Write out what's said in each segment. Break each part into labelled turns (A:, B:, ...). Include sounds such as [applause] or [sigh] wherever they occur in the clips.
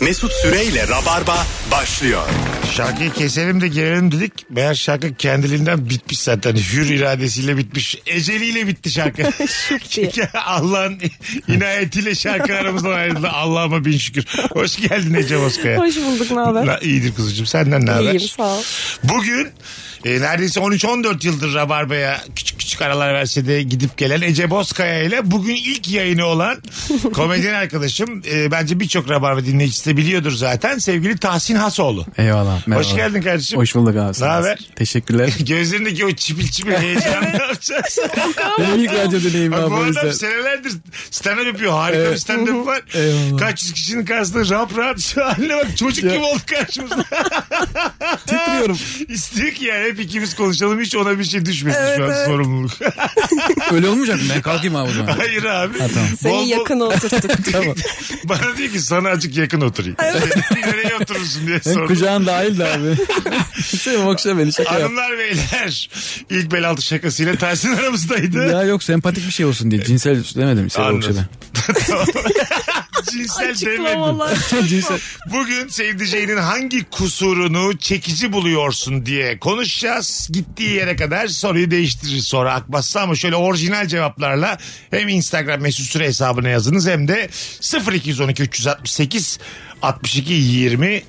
A: Mesut Süreyle Rabarba başlıyor.
B: Şarkıyı keselim de gelelim dedik. Meğer şarkı kendiliğinden bitmiş zaten. Hür iradesiyle bitmiş. Eceliyle bitti şarkı.
C: [laughs]
B: Allah'ın inayetiyle şarkı aramızdan ayrıldı. Allah'ıma bin şükür. Hoş geldin Ece Bozkaya.
C: Hoş bulduk ne haber?
B: La, iyidir kuzucuğum senden ne Ee, haber?
C: İyiyim sağ ol.
B: Bugün e, neredeyse 13-14 yıldır Rabarba'ya küçük küçük aralar verse de gidip gelen Ece Bozkaya ile bugün ilk yayını
C: [laughs]
B: olan komedyen arkadaşım e, bence birçok Rabarba dinleyicisi de biliyordur zaten sevgili Tahsin Hasoğlu.
D: Eyvallah. Merhaba.
B: Hoş geldin kardeşim.
D: Hoş bulduk abi.
B: Ne haber?
D: Teşekkürler.
B: [laughs] Gözlerindeki o çipil çipil heyecanı ne yapacağız?
D: Benim ilk radyo deneyimim
B: Bak,
D: abi.
B: bu
D: o
B: adam
D: yüzden.
B: senelerdir stand-up yapıyor. Harika bir stand-up var.
D: [laughs] Eyvallah.
B: Kaç yüz kişinin karşısında rahat rahat şu haline bak çocuk gibi oldu
D: [laughs]
B: karşımızda.
D: Titriyorum.
B: İstiyor ki yani hep ikimiz konuşalım hiç ona bir şey düşmesin şu an sorumluluk. [laughs]
D: Öyle olmayacak mı? Ben kalkayım abi o zaman.
B: Hayır abi. Bol bol- [laughs]
C: Seni yakın oturttuk.
D: tamam.
B: Bana diyor ki sana azıcık yakın oturayım. Nereye oturursun
D: [laughs]
B: diye
D: Senin
B: sordum.
D: kucağın dahil de
B: [laughs]
D: abi. Sen okşa beni şaka yap.
B: Hanımlar beyler ilk bel altı şakasıyla Tersin aramızdaydı.
D: Ya yok sempatik bir şey olsun diye. Cinsel demedim. Seni
B: Anladım. [laughs]
D: okşa
B: Cinsel demedim.
C: Açıklamalar.
D: ben. Cinsel.
B: Bugün sevdiceğinin hangi kusurunu çekici buluyorsun diye konuşacağız. Gittiği yere kadar soruyu değiştirir sonra akmazsa ama şöyle orijinal cevaplarla hem Instagram mesut süre hesabına yazınız hem de 0212 368 62 20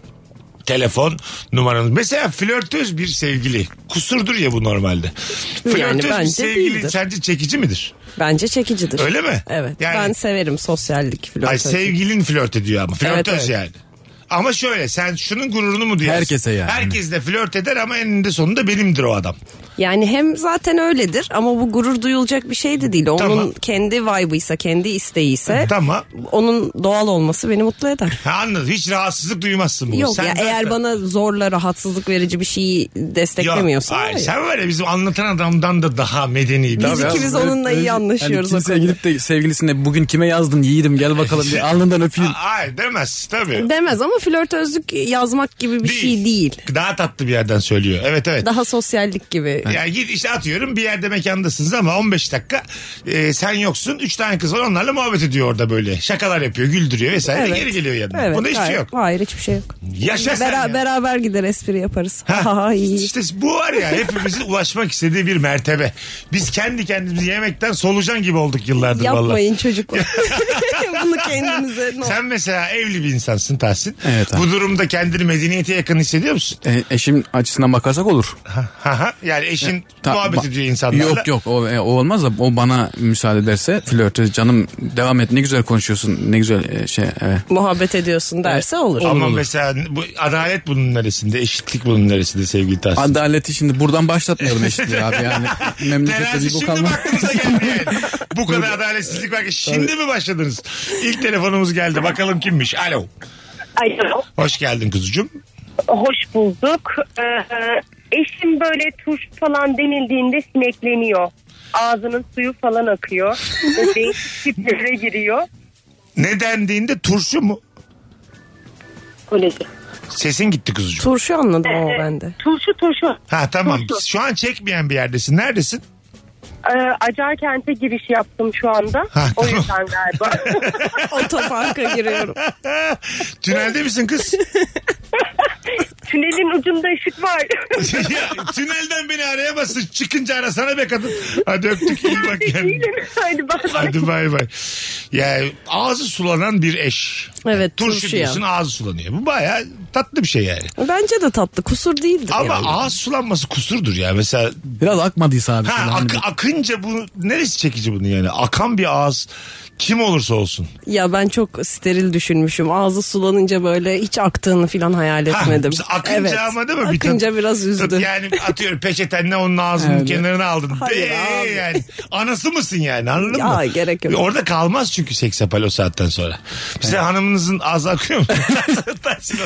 B: telefon numaranız. Mesela flörtöz bir sevgili. Kusurdur ya bu normalde. Flörtöz bir
C: bence
B: sevgili
C: değildir.
B: sence çekici midir?
C: Bence çekicidir.
B: Öyle mi?
C: Evet.
B: Yani-
C: Ben severim sosyallik flört.
B: Ay sevgilin flört ediyor ama. Flörtöz
C: Evet, evet.
B: yani. Ama şöyle sen şunun gururunu mu duyarsın?
D: Herkese yani.
B: Herkes de flört eder ama eninde sonunda benimdir o adam.
C: Yani hem zaten öyledir ama bu gurur duyulacak bir şey de değil. Onun
B: Tamam.
C: kendi vibe'ıysa, kendi isteğiyse
B: Tamam.
C: onun doğal olması beni mutlu eder.
B: Ha, anladım. Hiç rahatsızlık duymazsın bunu.
C: Yok
B: Sen
C: ya
B: zaten-
C: eğer bana zorla rahatsızlık verici bir şey şeyi
B: Yok,
C: desteklemiyorsan
B: hayır,
C: hayır.
B: sen var ya bizim anlatan adamdan da daha medeni.
C: Biz
B: daha-
C: ikimiz onunla iyi anlaşıyoruz o
D: Hani kimseye
C: konuda.
D: gidip de sevgilisine bugün kime yazdın yiğidim gel bakalım diye alnından öpeyim.
B: Hayır demez tabii.
C: Demez ama flörtözlük yazmak gibi bir şey değil.
B: Daha tatlı bir yerden söylüyor. Evet evet.
C: Daha sosyallik gibi.
B: Ya git işte atıyorum bir yerde mekandasınız ama 15 dakika e, sen yoksun. 3 tane kız var onlarla muhabbet ediyor orada böyle. Şakalar yapıyor, güldürüyor vesaire.
C: Evet.
B: Geri geliyor yanına.
C: Evet,
B: Bunda hiçbir şey
C: hayır.
B: yok.
C: Hayır hiçbir şey yok.
B: Yaşa sen
C: Bera-
B: ya.
C: Beraber gider espri yaparız.
B: Ha,
C: Ha, iyi.
B: İşte bu var ya
D: [laughs]
B: hepimizin ulaşmak istediği bir mertebe. Biz kendi kendimizi yemekten solucan gibi olduk yıllardır [laughs]
C: Yapmayın
B: vallahi.
C: çocuklar. Bunu kendinize. ne
B: Sen mesela evli bir insansın Tahsin.
D: Evet abi.
B: bu durumda kendini medeniyete yakın hissediyor musun?
D: E, eşim açısından bakarsak olur.
B: Ha ha. yani eşin
D: Ta-
B: muhabbet
D: ba-
B: ediyor insanlarla.
D: Yok yok o, e, o olmaz da o bana müsaade ederse flörtöz canım devam et ne güzel konuşuyorsun ne güzel e, şey evet.
C: Muhabbet ediyorsun derse olur.
B: Ama
D: olur.
B: mesela bu adalet bunun neresinde, eşitlik bunun neresinde sevgili Tahsin?
D: Adaleti şimdi
B: [laughs]
D: buradan başlatmayalım eşitliği abi yani. Memlekette
B: Terazi
D: bir bu
B: şimdi mi
D: kalmaz.
B: aklınıza geldi
D: [laughs]
B: yani? Bu kadar adaletsizlik var ki şimdi mi başladınız? İlk telefonumuz geldi. Bakalım kimmiş? Alo.
E: Alo.
B: Hoş geldin kuzucuğum.
E: Hoş bulduk. Ee, eşim böyle turş falan denildiğinde sinekleniyor. Ağzının suyu falan akıyor. [laughs] Ve Değişik tiplere giriyor.
B: Ne dendiğinde turşu mu?
E: Koleji.
B: Sesin gitti kuzucuğum.
C: Turşu anladım ama ben de.
E: Turşu turşu.
B: Ha tamam.
E: Turşu.
B: Şu an çekmeyen bir yerdesin. Neredesin? [laughs]
E: Ee, acar kente giriş yaptım şu anda.
B: Ha,
E: o
B: tamam.
E: yüzden [laughs] galiba.
C: [laughs] Otoparka giriyorum.
B: Tünelde misin kız? [laughs]
E: Tünelin ucunda ışık var.
B: ya, tünelden beni arayamazsın. Çıkınca arasana be kadın. Hadi öptük. iyi bak kendine.
E: Değilim. Hadi bay bay.
B: Hadi bay bay. Ya ağzı sulanan bir eş.
C: Evet
B: Turşu,
C: turşu ya.
B: diyorsun ağzı sulanıyor. Bu baya tatlı bir şey yani.
C: Bence de tatlı. Kusur değildir.
B: Ama
C: yani.
B: ağız sulanması kusurdur ya. Mesela
D: Biraz akmadıysa abi. şöyle
B: ha,
D: hani
B: ak- akınca bu neresi çekici bunun yani? Akan bir ağız kim olursa olsun.
C: Ya ben çok steril düşünmüşüm. Ağzı sulanınca böyle hiç aktığını falan hayal
B: Ha,
C: etmedim.
B: mesela akınca ama değil mi? Bir
C: Akınca
B: tat-
C: biraz üzdü.
B: tat- Yani
C: [laughs]
B: atıyorum peçetenle onun ağzının
D: Evet.
B: kenarını aldın.
C: Hayır
B: Ee,
C: abi.
B: yani. Anası mısın yani anladın
C: Ya,
B: mı?
C: gerek yok.
B: Orada kalmaz çünkü seksapal o saatten sonra. Bize hanımınızın ağzı akıyor
C: [laughs]
B: mu? [laughs] Tersin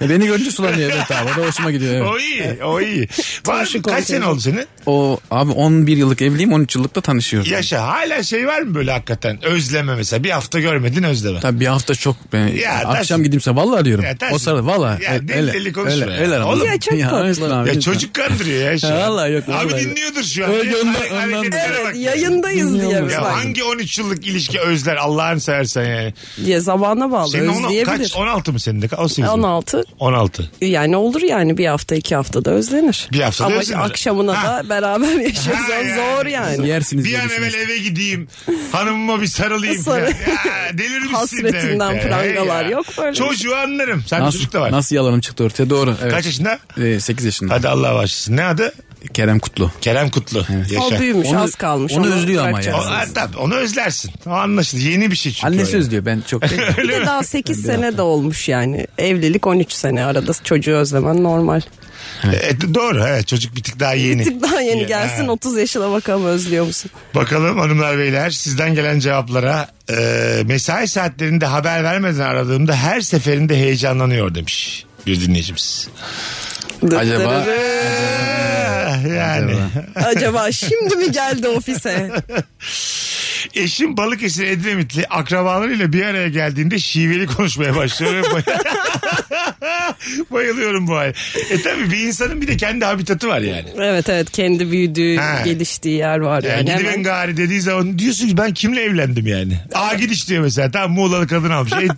B: o.
D: E, beni görünce sulanıyor evet abi. O da hoşuma gidiyor evet.
B: o iyi, o
D: [laughs]
B: iyi. Var mı? Kaç sene oldu senin?
D: O abi 11 yıllık evliyim 13 yıllık da tanışıyoruz.
B: Yaşa hala şey var mı böyle hakikaten? Özleme mesela. Bir hafta görmedin özleme.
D: Tabii bir hafta çok ben
B: Ya,
D: akşam
B: Tahsin.
D: gidimse vallahi diyorum.
B: Ya, Tahsin.
D: o sırada valla.
B: Ya, deli deli konuşma
D: öyle,
B: ya.
D: öyle aramızda.
B: Oğlum.
C: Ya, çok tatlı.
D: lütfen abi,
B: Ya
D: lütfen.
B: çocuk kandırıyor ya şu an.
D: Ya [laughs] vallahi yok,
B: Abi
D: vallahi.
B: dinliyordur şu an.
D: Öyle ondan-
B: Hare-
D: ondan-
B: hareketlere
C: Evet
B: bak.
C: yayındayız diye
D: Bilmiyorum.
C: mi?
B: Ya
C: Bak,
B: hangi 13 yıllık ilişki özler Allah'ını seversen yani.
C: Ya zamana bağlı
B: Senin on, kaç?
C: özleyebilir.
B: 16 mı senin de? 18 mi?
C: 16
B: 16.
C: yani olur yani bir hafta iki haftada özlenir.
B: Bir haftada
C: Ama
B: özlenir.
C: akşamına
B: Ha.
C: da beraber yaşarız
B: Ha,
C: O
B: yani.
C: zor yani.
D: Yersiniz
B: Bir
D: diye
B: an evvel
D: düşünüyorum.
B: eve gideyim. Hanımıma bir sarılayım.
C: Sarı.
B: falan. Ya, delirmişsin
C: Hasretinden
B: demek ya. Hey
C: prangalar
B: ya.
C: yok böyle.
B: Çocuğu anlarım. Sen bir
D: Nasıl,
B: çocuk da var.
D: nasıl yalanım çıktı ortaya doğru. Evet.
B: Kaç yaşında?
D: 8 yaşında.
B: Hadi Allah başlasın. Ne adı?
D: Kerem Kutlu.
B: Kerem Kutlu. Yaşa.
C: O büyümüş
D: Onu-
C: az kalmış.
D: onu özlüyor ama ya.
B: O,
C: bırakacağız.
B: ha, tabii, onu özlersin. O anlaşılır. Yeni bir şey çünkü. o
D: Annesi
B: yani.
D: özlüyor ben
B: [laughs]
D: çok.
C: Bir de daha 8 sene de olmuş yani. Evlilik 13 sene arada çocuğu özlemen normal.
B: E, doğru evet çocuk bir tık daha yeni.
C: Bir tık [laughs] daha yeni
B: Ya,
C: gelsin
B: ha.
C: 30 yaşına bakalım özlüyor musun?
B: Bakalım hanımlar beyler sizden gelen cevaplara e, mesai saatlerinde haber vermeden aradığımda her seferinde heyecanlanıyor demiş bir dinleyicimiz.
D: Acaba
B: Eh, yani [laughs]
C: Acaba şimdi mi geldi ofise?
B: [laughs] eşim Balıkesir Edremitli akrabalarıyla bir araya geldiğinde şiveli konuşmaya başlıyor. ve bay- [laughs] Bayılıyorum bu ay. E tabi bir insanın bir de kendi habitatı var yani.
C: Evet evet kendi büyüdüğü,
B: Ha.
C: geliştiği yer var
B: Yani
C: yani.
B: gidiven
C: Hemen-
B: gari dediği zaman diyorsun ki ben kimle evlendim yani. Aa gidiş diyor mesela tamam Muğla'lı kadın almış. E,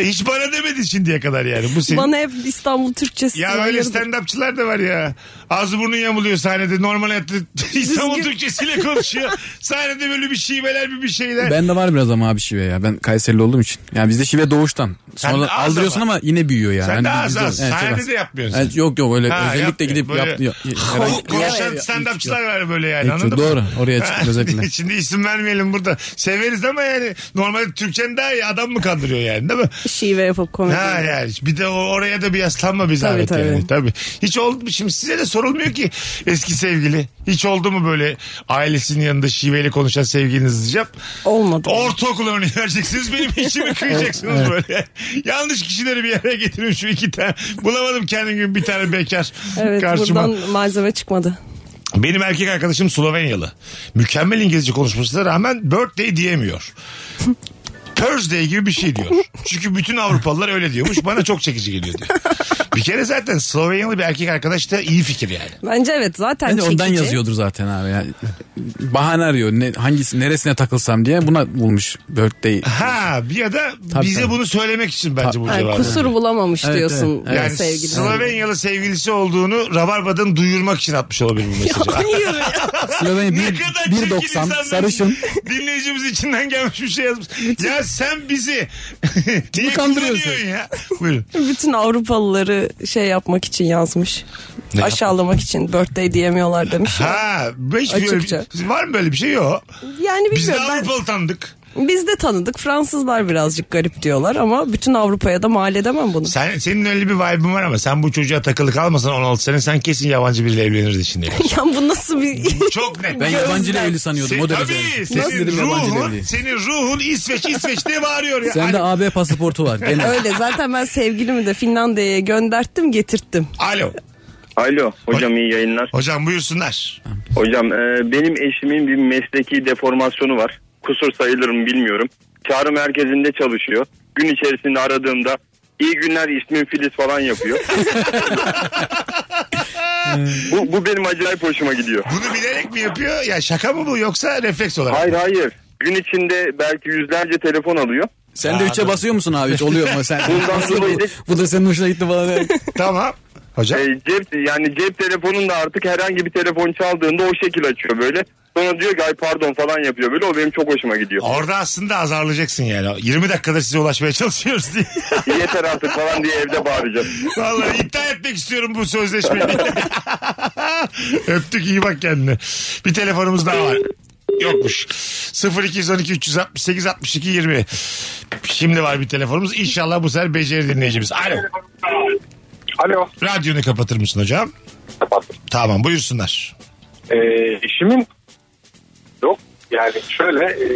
B: ya hiç bana demedin şimdiye kadar yani. Bu senin...
C: Bana hep İstanbul Türkçesi.
B: Ya böyle stand-upçılar da var ya. Ağzı burnu yamuluyor sahnede. Normal hayatta İstanbul Türkçesiyle konuşuyor. sahnede böyle bir şiveler bir bir şeyler.
D: [laughs] ben de var biraz ama abi şive ya. Ben Kayserili olduğum için. Yani bizde şive doğuştan.
B: Sen de
D: Sonra
B: az
D: aldırıyorsun
B: ama.
D: ama yine büyüyor yani.
B: Sen
D: Hani
B: de az
D: bizde-
B: az.
D: Evet, çok
B: Sahnede
D: az.
B: de yapmıyorsun.
D: Evet, yok yok öyle
B: Ha,
D: özellikle
B: yapmıyor.
D: gidip
B: Böyle-
D: yap, yap, herhangi-
B: [laughs] Konuşan
D: Yok,
B: stand-upçılar
D: yok.
B: var böyle yani
D: Hiç
B: anladın mı?
D: yok. Doğru, oraya çık-
B: Ha, [laughs]
D: özellikle.
B: Şimdi isim vermeyelim burada. Severiz ama yani normalde Türkçen daha iyi adam mı kandırıyor yani değil mi?
C: Şive yapıp komedi.
B: Ha yani bir de o- oraya da bir yaslanma bir zahmet
C: tabii.
B: yani tabii. Hiç oldu mu şimdi size de sorulmuyor ki eski sevgili. Hiç oldu mu böyle ailesinin yanında şiveli konuşan sevgiliniz diyeceğim.
C: Olmadı.
B: Ortaokul örneği vereceksiniz benim içimi kıyacaksınız böyle. Yanlış kişileri bir yere getirin şu iki tane. Bulamadım kendim gibi bir tane bekar
C: evet
B: karşıma.
C: buradan malzeme çıkmadı.
B: Benim erkek arkadaşım Slovenyalı. Mükemmel İngilizce konuşmasına rağmen birthday diyemiyor. Thursday gibi bir şey diyor. Çünkü bütün Avrupalılar öyle diyormuş. Bana çok çekici geliyor diyor. Bir kere zaten Slovenyalı bir erkek arkadaş da iyi fikir yani.
C: Bence evet zaten
D: Bence ondan
C: çekici.
D: yazıyordur zaten abi. Yani bahane arıyor. Ne, hangisi neresine takılsam diye buna bulmuş birthday.
B: Ha ya da
D: Tabii,
B: bize
D: tabii.
B: bunu söylemek için bence bu
C: Yani
B: cevabı.
C: kusur bulamamış
D: Evet,
C: diyorsun
D: evet,
B: Yani
C: sevgilisi.
B: Slovenyalı sevgilisi olduğunu Rabarba'dan duyurmak için atmış olabilir bu
C: [laughs]
B: mesajı.
C: Hayır ya.
B: [laughs]
D: Slovenya
B: Ne
D: bir-
B: kadar çirkin
D: 1.90
B: insanlar.
D: sarışın.
B: Dinleyicimiz içinden gelmiş bir şey yazmış.
D: [laughs]
B: Ya sen bizi niye
D: kandırıyorsun?
B: kandırıyorsun ya? Buyurun.
C: Bütün Avrupalıları şey yapmak için yazmış.
B: Ne
C: Aşağılamak için birthday diyemiyorlar demiş. ya.
B: Ha, hiç
C: Açıkça.
B: böyle, var mı böyle bir şey yok.
C: Yani
B: Biz de
C: bilmiyorum ben.
B: Avrupalı tanıdık.
C: Biz de tanıdık. Fransızlar birazcık garip diyorlar ama bütün Avrupa'ya da mal edemem bunu.
B: Sen, senin öyle bir vibe'ın var ama sen bu çocuğa takılı kalmasan 16 sene sen kesin yabancı biriyle evlenirdin
D: [laughs]
B: şimdi.
C: [laughs] Ya bu nasıl bir...
B: Çok net.
D: Ben yabancıyla evli sanıyordum
B: Sen-
D: o derece.
B: Şey, tabii
D: Kesin
B: senin
D: dedim yabancıyla
B: ruhun,
D: evli.
B: senin ruhun İsveç İsveç diye bağırıyor ya.
D: Sende
B: Alo.
D: AB pasaportu var. Gene.
C: Öyle zaten ben sevgilimi de Finlandiya'ya gönderttim getirttim.
B: Alo.
F: Alo hocam iyi yayınlar.
B: Hocam buyursunlar.
F: Hocam e, benim eşimin bir mesleki deformasyonu var. Kusur sayılır mı bilmiyorum. Çağrı merkezinde çalışıyor. Gün içerisinde aradığımda iyi günler ismin Filiz falan yapıyor. bu, bu benim acayip hoşuma gidiyor.
B: Bunu bilerek mi yapıyor? Ya şaka mı bu yoksa refleks olarak?
F: Hayır hayır. Gün içinde belki yüzlerce telefon alıyor.
D: Sen de 3'e basıyor musun abi? Hiç oluyor mu sen?
F: Bundan
D: Nasıl
F: dolayı
D: bu, bu da senin hoşuna gitti falan.
B: Tamam. Hocam.
F: E, cep yani cep telefonunda artık herhangi bir telefon çaldığında o şekil açıyor böyle. Sonra diyor ki ay pardon falan yapıyor böyle. O benim çok hoşuma gidiyor.
B: Orada aslında azarlayacaksın yani. 20 dakikadır size ulaşmaya çalışıyoruz diye.
F: Yeter artık falan diye evde bağıracağım.
B: Vallahi iddia etmek istiyorum bu sözleşmeyi. [laughs] Öptük iyi bak kendine. Bir telefonumuz daha var. Yokmuş. 0212 368 62 20. Şimdi var bir telefonumuz. İnşallah bu sefer beceri dinleyicimiz. Alo.
G: Alo.
B: Radyonu kapatır mısın hocam? Tamam buyursunlar.
G: Ee, eşimin yok. Yani şöyle e,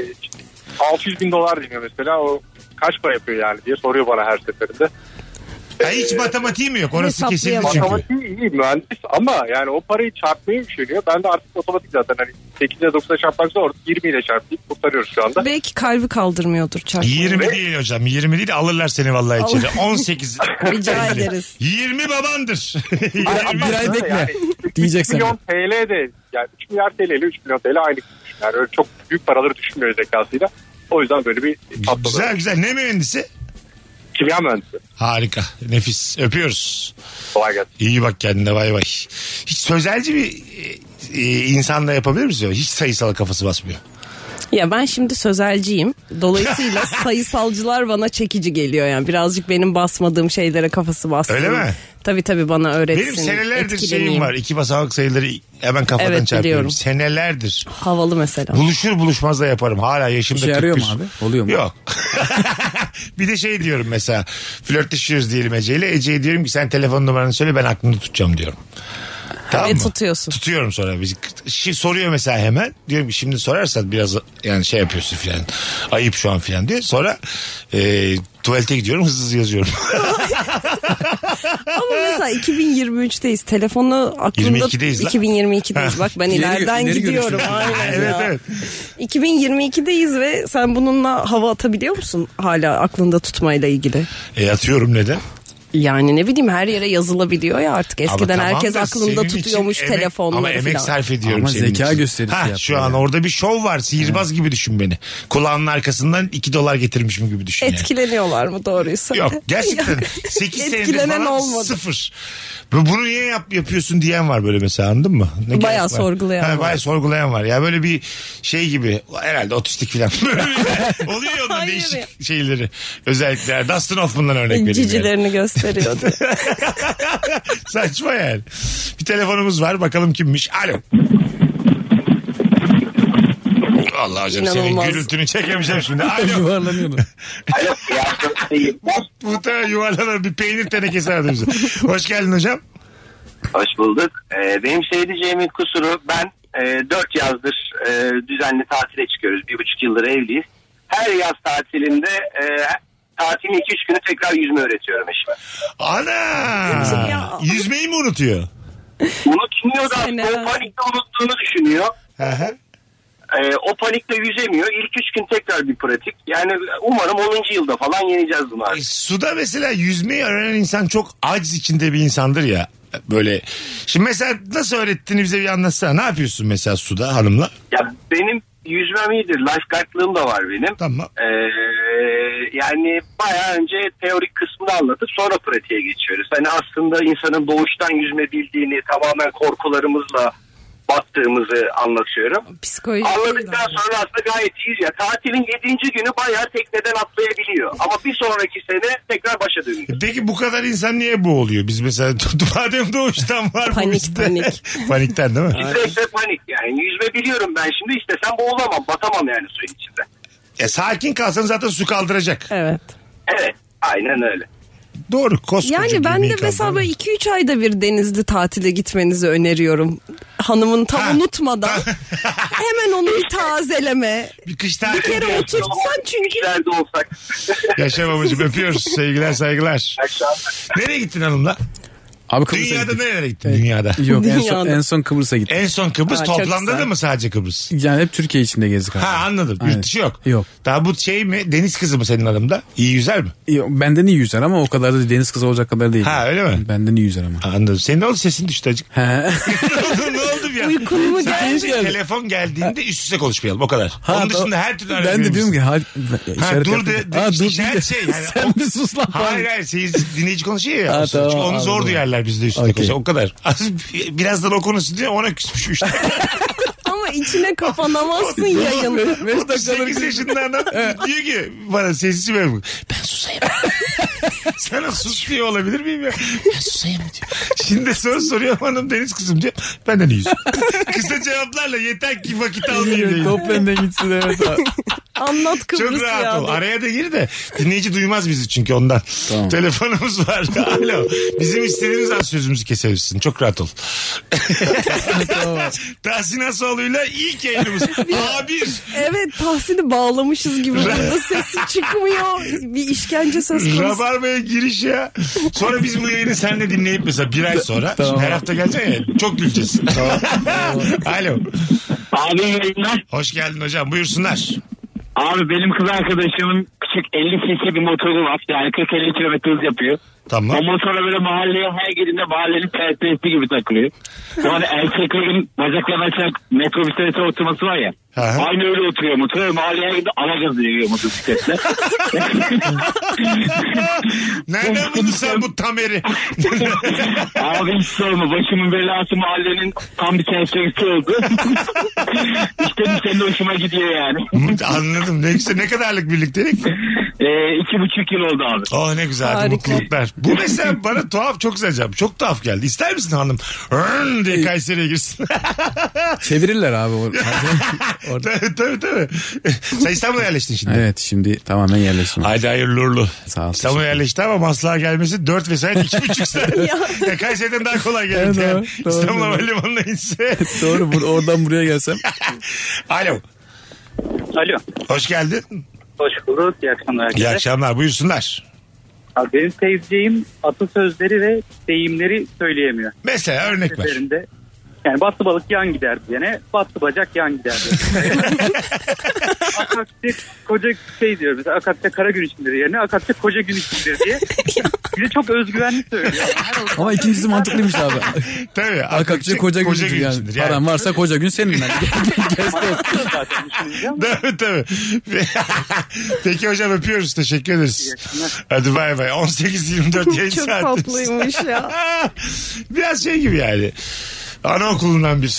G: 600 bin dolar deniyor mesela o kaç para yapıyor yani diye soruyor bana her seferinde.
B: Ha, hiç matematiği mi yok? Orası kesildi
C: Hesaplayamam.
B: çünkü.
G: Matematiği iyi mühendis ama yani o parayı çarpmayı düşünüyor. Ben de artık otomatik zaten hani 8 ile 9'a çarpmak zor 20 ile çarpıp kurtarıyoruz
B: [laughs]
G: şu anda.
C: Belki kalbi kaldırmıyordur çarpmayı.
B: 20 değil hocam. 20 değil alırlar seni vallahi içeri. 18.
C: [laughs] Rica ederiz.
B: 20 babandır. [laughs]
D: Ay, bir ay bekle.
G: Üç
D: Diyeceksin. [laughs]
G: milyon TL de yani 3 milyar TL ile 3 milyon TL aynı kişi. Yani öyle çok büyük paraları düşünmüyor zekasıyla. O yüzden böyle bir patladı.
B: güzel güzel. Ne mühendisi?
G: Kimya mühendisi.
B: Harika. Nefis. Öpüyoruz.
G: Kolay gelsin.
B: İyi bak kendine bay bay. Hiç sözelci bir e, e, insanla yapabilir misin? Hiç sayısal kafası basmıyor.
C: Ya ben şimdi sözelciyim.
B: [laughs]
C: Dolayısıyla sayısalcılar bana çekici geliyor yani. Birazcık benim basmadığım şeylere kafası bastı.
B: Öyle mi?
C: Tabii tabii bana öğretsin.
B: Benim senelerdir
C: etkileneyim.
B: şeyim var. İki basamak sayıları hemen kafadan
C: Evet,
B: çarpıyorum.
C: biliyorum.
B: Senelerdir.
C: Havalı mesela.
B: Buluşur buluşmaz da yaparım. Hala yaşımda
D: İşe yarıyor
B: 41.
D: mu abi? Oluyor mu?
B: Yok. [laughs] bir de şey diyorum mesela. Flörtleşiyoruz diyelim Ece'yle. Ece'ye diyorum ki sen telefon numaranı söyle ben aklımda tutacağım diyorum. Tamam
C: Ve
B: mı?
C: E, tutuyorsun.
B: Tutuyorum sonra. Biz, şi- soruyor mesela hemen. Diyorum ki şimdi sorarsan biraz yani şey yapıyorsun filan. Ayıp şu an filan diye. Sonra e, tuvalete gidiyorum hızlı hızlı yazıyorum.
C: Ama mesela 2023'teyiz. Telefonu aklımda
B: 22'deyiz lan.
C: 2022'deyiz. Bak ben
D: İleri-
C: ileriden
D: ileri
C: gidiyorum.
B: [laughs]
D: görüşlüsün.
C: Aynen
B: evet
C: ya.
B: evet.
C: 2022'deyiz ve sen bununla hava atabiliyor musun hala aklında tutmayla ilgili?
B: E, atıyorum neden?
C: Yani ne bileyim her yere yazılabiliyor ya artık.
B: Ama
C: Eskiden
B: tamam
C: herkes
B: da
C: aklında
B: senin için
C: tutuyormuş
B: emek-
C: telefonları
B: Ama emek
C: falan.
B: sarf ediyorum
D: Ama
B: senin
D: zeka
B: için.
D: gösterisi
B: Ha, Şu
D: yapıyor
B: an
D: yani.
B: orada bir şov var. Sihirbaz gibi düşün beni. Kulağının arkasından 2 dolar getirmişim gibi düşün yani.
C: Etkileniyorlar mı doğruyu söyle. [laughs]
B: Yok gerçekten
C: Yok.
B: 8 senedir
C: Etkilenen
B: falan
C: olmadı.
B: sıfır. Bu- Bunu niye yap, yapıyorsun diyen var böyle mesela anladın mı? Ne gerek
C: Bayağı
B: var?
C: sorgulayan
B: Ha,
C: var.
B: Bayağı sorgulayan var. Ya böyle bir şey gibi herhalde otistik falan. Böyle [laughs] Oluyor ya onun
C: Hayır
B: değişik
C: ya.
B: şeyleri özellikler. Dustin Hoffman'dan örnek vereyim. yani.
C: Cicilerini gösteriyordu.
B: [laughs] Saçma yani. Bir telefonumuz var bakalım kimmiş. Alo. Allah hocam senin
C: İnanılmaz.
B: gürültünü çekemeyeceğim şimdi. Alo.
D: [laughs] Yuvarlanıyordu.
G: Alo. iyi akşamlar.
B: Muhtemelen yuvarlanan bir peynir tenekesi aradı bizi. Hoş geldin hocam.
F: Hoş bulduk. Ee, benim seyredeceğimin kusuru ben e, 4 yazdır e, düzenli tatile çıkıyoruz. Bir buçuk yıldır evliyiz. Her yaz tatilinde e, tatilin 2-3 günü tekrar yüzme öğretiyorum eşime.
B: Ana. Yüzmeyi mi unutuyor?
F: Unutmuyor da
C: Sen
F: aslında o
C: helal.
F: panikle unuttuğunu düşünüyor.
B: Aha.
F: Ee, o panikle yüzemiyor. İlk 3 gün tekrar bir pratik. Yani umarım 10. yılda falan yeneceğiz bunu
B: E,
F: artık.
B: Suda mesela yüzmeyi öğrenen insan çok aciz içinde bir insandır ya. Böyle. Şimdi mesela nasıl öğrettiğini bize bir anlatsana. Ne yapıyorsun mesela suda hanımla?
F: Ya benim yüzmem iyidir. Lifeguardlığım da var benim.
B: Tamam.
F: Ee, yani bayağı önce teorik kısmını anlatıp sonra pratiğe geçiyoruz. Hani aslında insanın doğuştan yüzme bildiğini tamamen korkularımızla battığımızı anlatıyorum.
C: Psikolojik.
F: Anladıktan sonra aslında gayet iyiyiz ya. Tatilin 7. günü bayağı tekneden atlayabiliyor. Ama bir sonraki sene tekrar başa dönüyor.
B: E Peki bu kadar insan niye boğuluyor? Biz mesela [laughs] madem doğuştan var bu
C: Panik,
B: işte.
C: panik.
B: [laughs] Panikten değil mi?
F: Yüzme panik yani. Yüzme biliyorum ben şimdi istesem boğulamam. Batamam yani suyun içinde.
B: E, sakin kalsan zaten su kaldıracak.
C: Evet.
F: Evet. Aynen öyle.
B: Doğru koskoca
C: Yani ben
B: gemiyi
C: de mesela
B: kaldırma.
C: böyle 2-3 ayda bir denizli tatile gitmenizi öneriyorum. Hanımın tam
B: Ha. [laughs]
C: unutmadan hemen onu bir tazeleme.
B: Bir kış
C: Bir
B: tatili.
C: kere oturtsan çünkü
F: Nerede olsak.
B: Yaşa babacığım öpüyoruz. Sevgiler saygılar. Nereye gittin hanımla?
D: Abi Kıbrıs'a
B: Dünyada
D: gittik.
B: nerelere gittin dünyada?
D: [laughs] Yok en son,
C: Dünyada.
D: en son Kıbrıs'a gittik.
B: [laughs] En son Kıbrıs
C: Aa, çok
B: toplamda da
C: güzel.
B: mı sadece Kıbrıs?
D: Yani hep Türkiye içinde gezdik abi.
B: Ha anladım.
D: Aynen.
B: Yurt dışı yok.
D: Yok.
B: Daha bu şey mi? Deniz kızı mı senin adımda? İyi yüzer mi?
D: Yok, Benden iyi yüzer ama o kadar da değil, deniz kızı olacak kadar değil.
B: Ha, öyle mi?
D: Benden iyi yüzer ama.
B: Anladım. Senin ne oldu sesin düştü acık.
D: He.
B: ne oldu, ne oldu bir an?
C: Uykun mu
B: Sen
C: geldi?
B: önce Telefon geldiğinde üst üste konuşmayalım o kadar. [laughs]
D: Ha,
B: Onun dışında
D: da-
B: her türlü
D: Ben de
B: öğrenebiliriz.
D: diyorum ki ha, işaret
B: dur
D: yaptım.
B: de- de-
D: Ha,
B: işte
D: dur
B: her
D: de. [laughs]
B: şey yani.
D: Sen bir sus lan.
B: Hayır hayır seyirci, dinleyici konuşuyor ya.
D: Ha,
B: O sırada.
D: tamam,
B: Çünkü onu
D: anladım.
B: zor duyarlar biz de üstüne
D: Okey.
B: konuşalım. O kadar. [laughs] Birazdan o konuşsun diye ona küsmüş işte.
C: [laughs] ama içine kapanamazsın yayını.
D: 5
B: 8
D: dakikalık
B: yaşında
D: [laughs]
B: adam diyor ki bana sessiz ver. Ben susayım. Sana sus diyor olabilir miyim ya? Ben susayım diyor. Şimdi de soru soruyor hanım deniz kızım diyor. Benden [laughs] iyiyiz. Kısa cevaplarla yeter ki vakit almayayım diyor. [laughs]
D: top benden gitsin evet abi.
C: Anlat Kıbrıs
B: Çok rahat
C: ya.
B: ol. Araya da gir de dinleyici duymaz bizi çünkü ondan. Telefonumuz
C: [laughs]
B: var. Alo. Bizim istediğimiz an sözümüzü kesebilirsin. Çok
C: [laughs]
B: rahat ol. Tahsin Asoğlu'yla ilk
C: [laughs]
B: yayınımız. A1.
C: Evet Tahsin'i bağlamışız gibi. Burada sesi çıkmıyor. Bir işkence söz konusu.
B: Rabarba'ya giriş ya. Sonra biz bu yayını senle dinleyip mesela bir ay sonra. Şimdi her hafta geleceksin ya. Çok güleceğiz. [laughs] Alo.
H: Abi yayınlar.
B: Hoş geldin hocam. Buyursunlar.
H: Abi benim kız arkadaşımın küçük 50 cc bir motoru var. Yani 40-50 kilometre hız yapıyor.
B: Tamam.
H: O motora böyle mahalleye her girdiğinde mahallenin tersiyesi gibi takılıyor. Yani erkeklerin bacaklarını açarak metrobüslere oturması var ya.
B: Hı hı.
H: Aynı öyle oturuyor motor. Mahalleye her girdiğinde ana gaz veriyor motosikletle.
B: [laughs] Nereden buldun sen bu Tamer'i?
H: Abi hiç sorma başımın belası mahallenin tam bir tersiyesi oldu. işte bu senin hoşuma gidiyor yani.
B: Anladım. Ne güzel. Ne kadarlık birliktelik?
H: Ee, iki buçuk yıl oldu abi.
B: Oh ne güzel. Hadi
C: Harika.
B: Mutluluklar. Bu mesela bana tuhaf çok güzel cevap. Çok tuhaf geldi. İster misin hanım? Rrrn diye Kayseri'ye girsin. [laughs]
D: Çevirirler abi. o- Orada.
B: tabii tabii. tabii. Sen İstanbul'a yerleştin şimdi.
D: evet şimdi tamamen yerleşim.
B: Haydi hayırlı uğurlu.
D: Sağ
B: İstanbul'a
D: ol, teşekkür
B: yerleşti ama Maslak'a gelmesi 4 ve saat 2,5
D: [laughs]
B: saat. ya Kayseri'den daha kolay geldi.
D: Evet,
B: yani.
D: doğru, doğru,
B: İstanbul
D: doğru.
B: Havalimanı'na inse.
D: [laughs] Doğru bur- oradan
B: [laughs]
D: buraya gelsem.
B: Alo.
H: Alo.
B: Hoş geldin.
H: Hoş bulduk. İyi akşamlar.
B: İyi akşamlar. Buyursunlar.
H: Abi benim teyzeciğim atasözleri ve deyimleri söyleyemiyor.
B: Mesela örnek ver.
H: Üzerinde yani battı balık yan gider diyene battı bacak yan gider diyor. akakçe koca şey diyor bize akakçe kara gün içindir yerine akakçe koca gün içindir diye. Bize çok özgüvenli söylüyor.
D: Ama ikincisi mantıklıymış abi.
B: Tabii.
D: Akakçı koca gün
B: koca
D: için
B: gün
D: yani.
B: içindir
D: Paran varsa koca gün senin.
B: [laughs]
D: Yani.
H: Zaten düşününce ama
B: Tabii
D: [laughs]
B: tabii. Peki hocam öpüyoruz. Teşekkür ederiz. Hadi bay bay. 18-24 yayın
C: Çok
B: saatimiz.
C: tatlıymış ya.
B: [laughs] Biraz şey gibi yani. Anaokulundan bir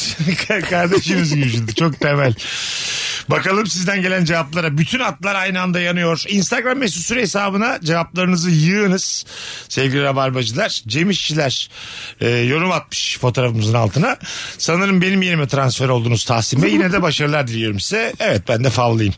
B: [laughs] kardeşimiz gibi şimdi. Çok temel. Bakalım sizden gelen cevaplara. Bütün atlar aynı anda yanıyor. Instagram mesut süre hesabına cevaplarınızı yığınız. Sevgili rabarbacılar. Cem İşçiler e, yorum atmış fotoğrafımızın altına. Sanırım benim yerime transfer oldunuz Tahsin Bey. Yine de başarılar diliyorum size. Evet ben de [laughs] favlayayım.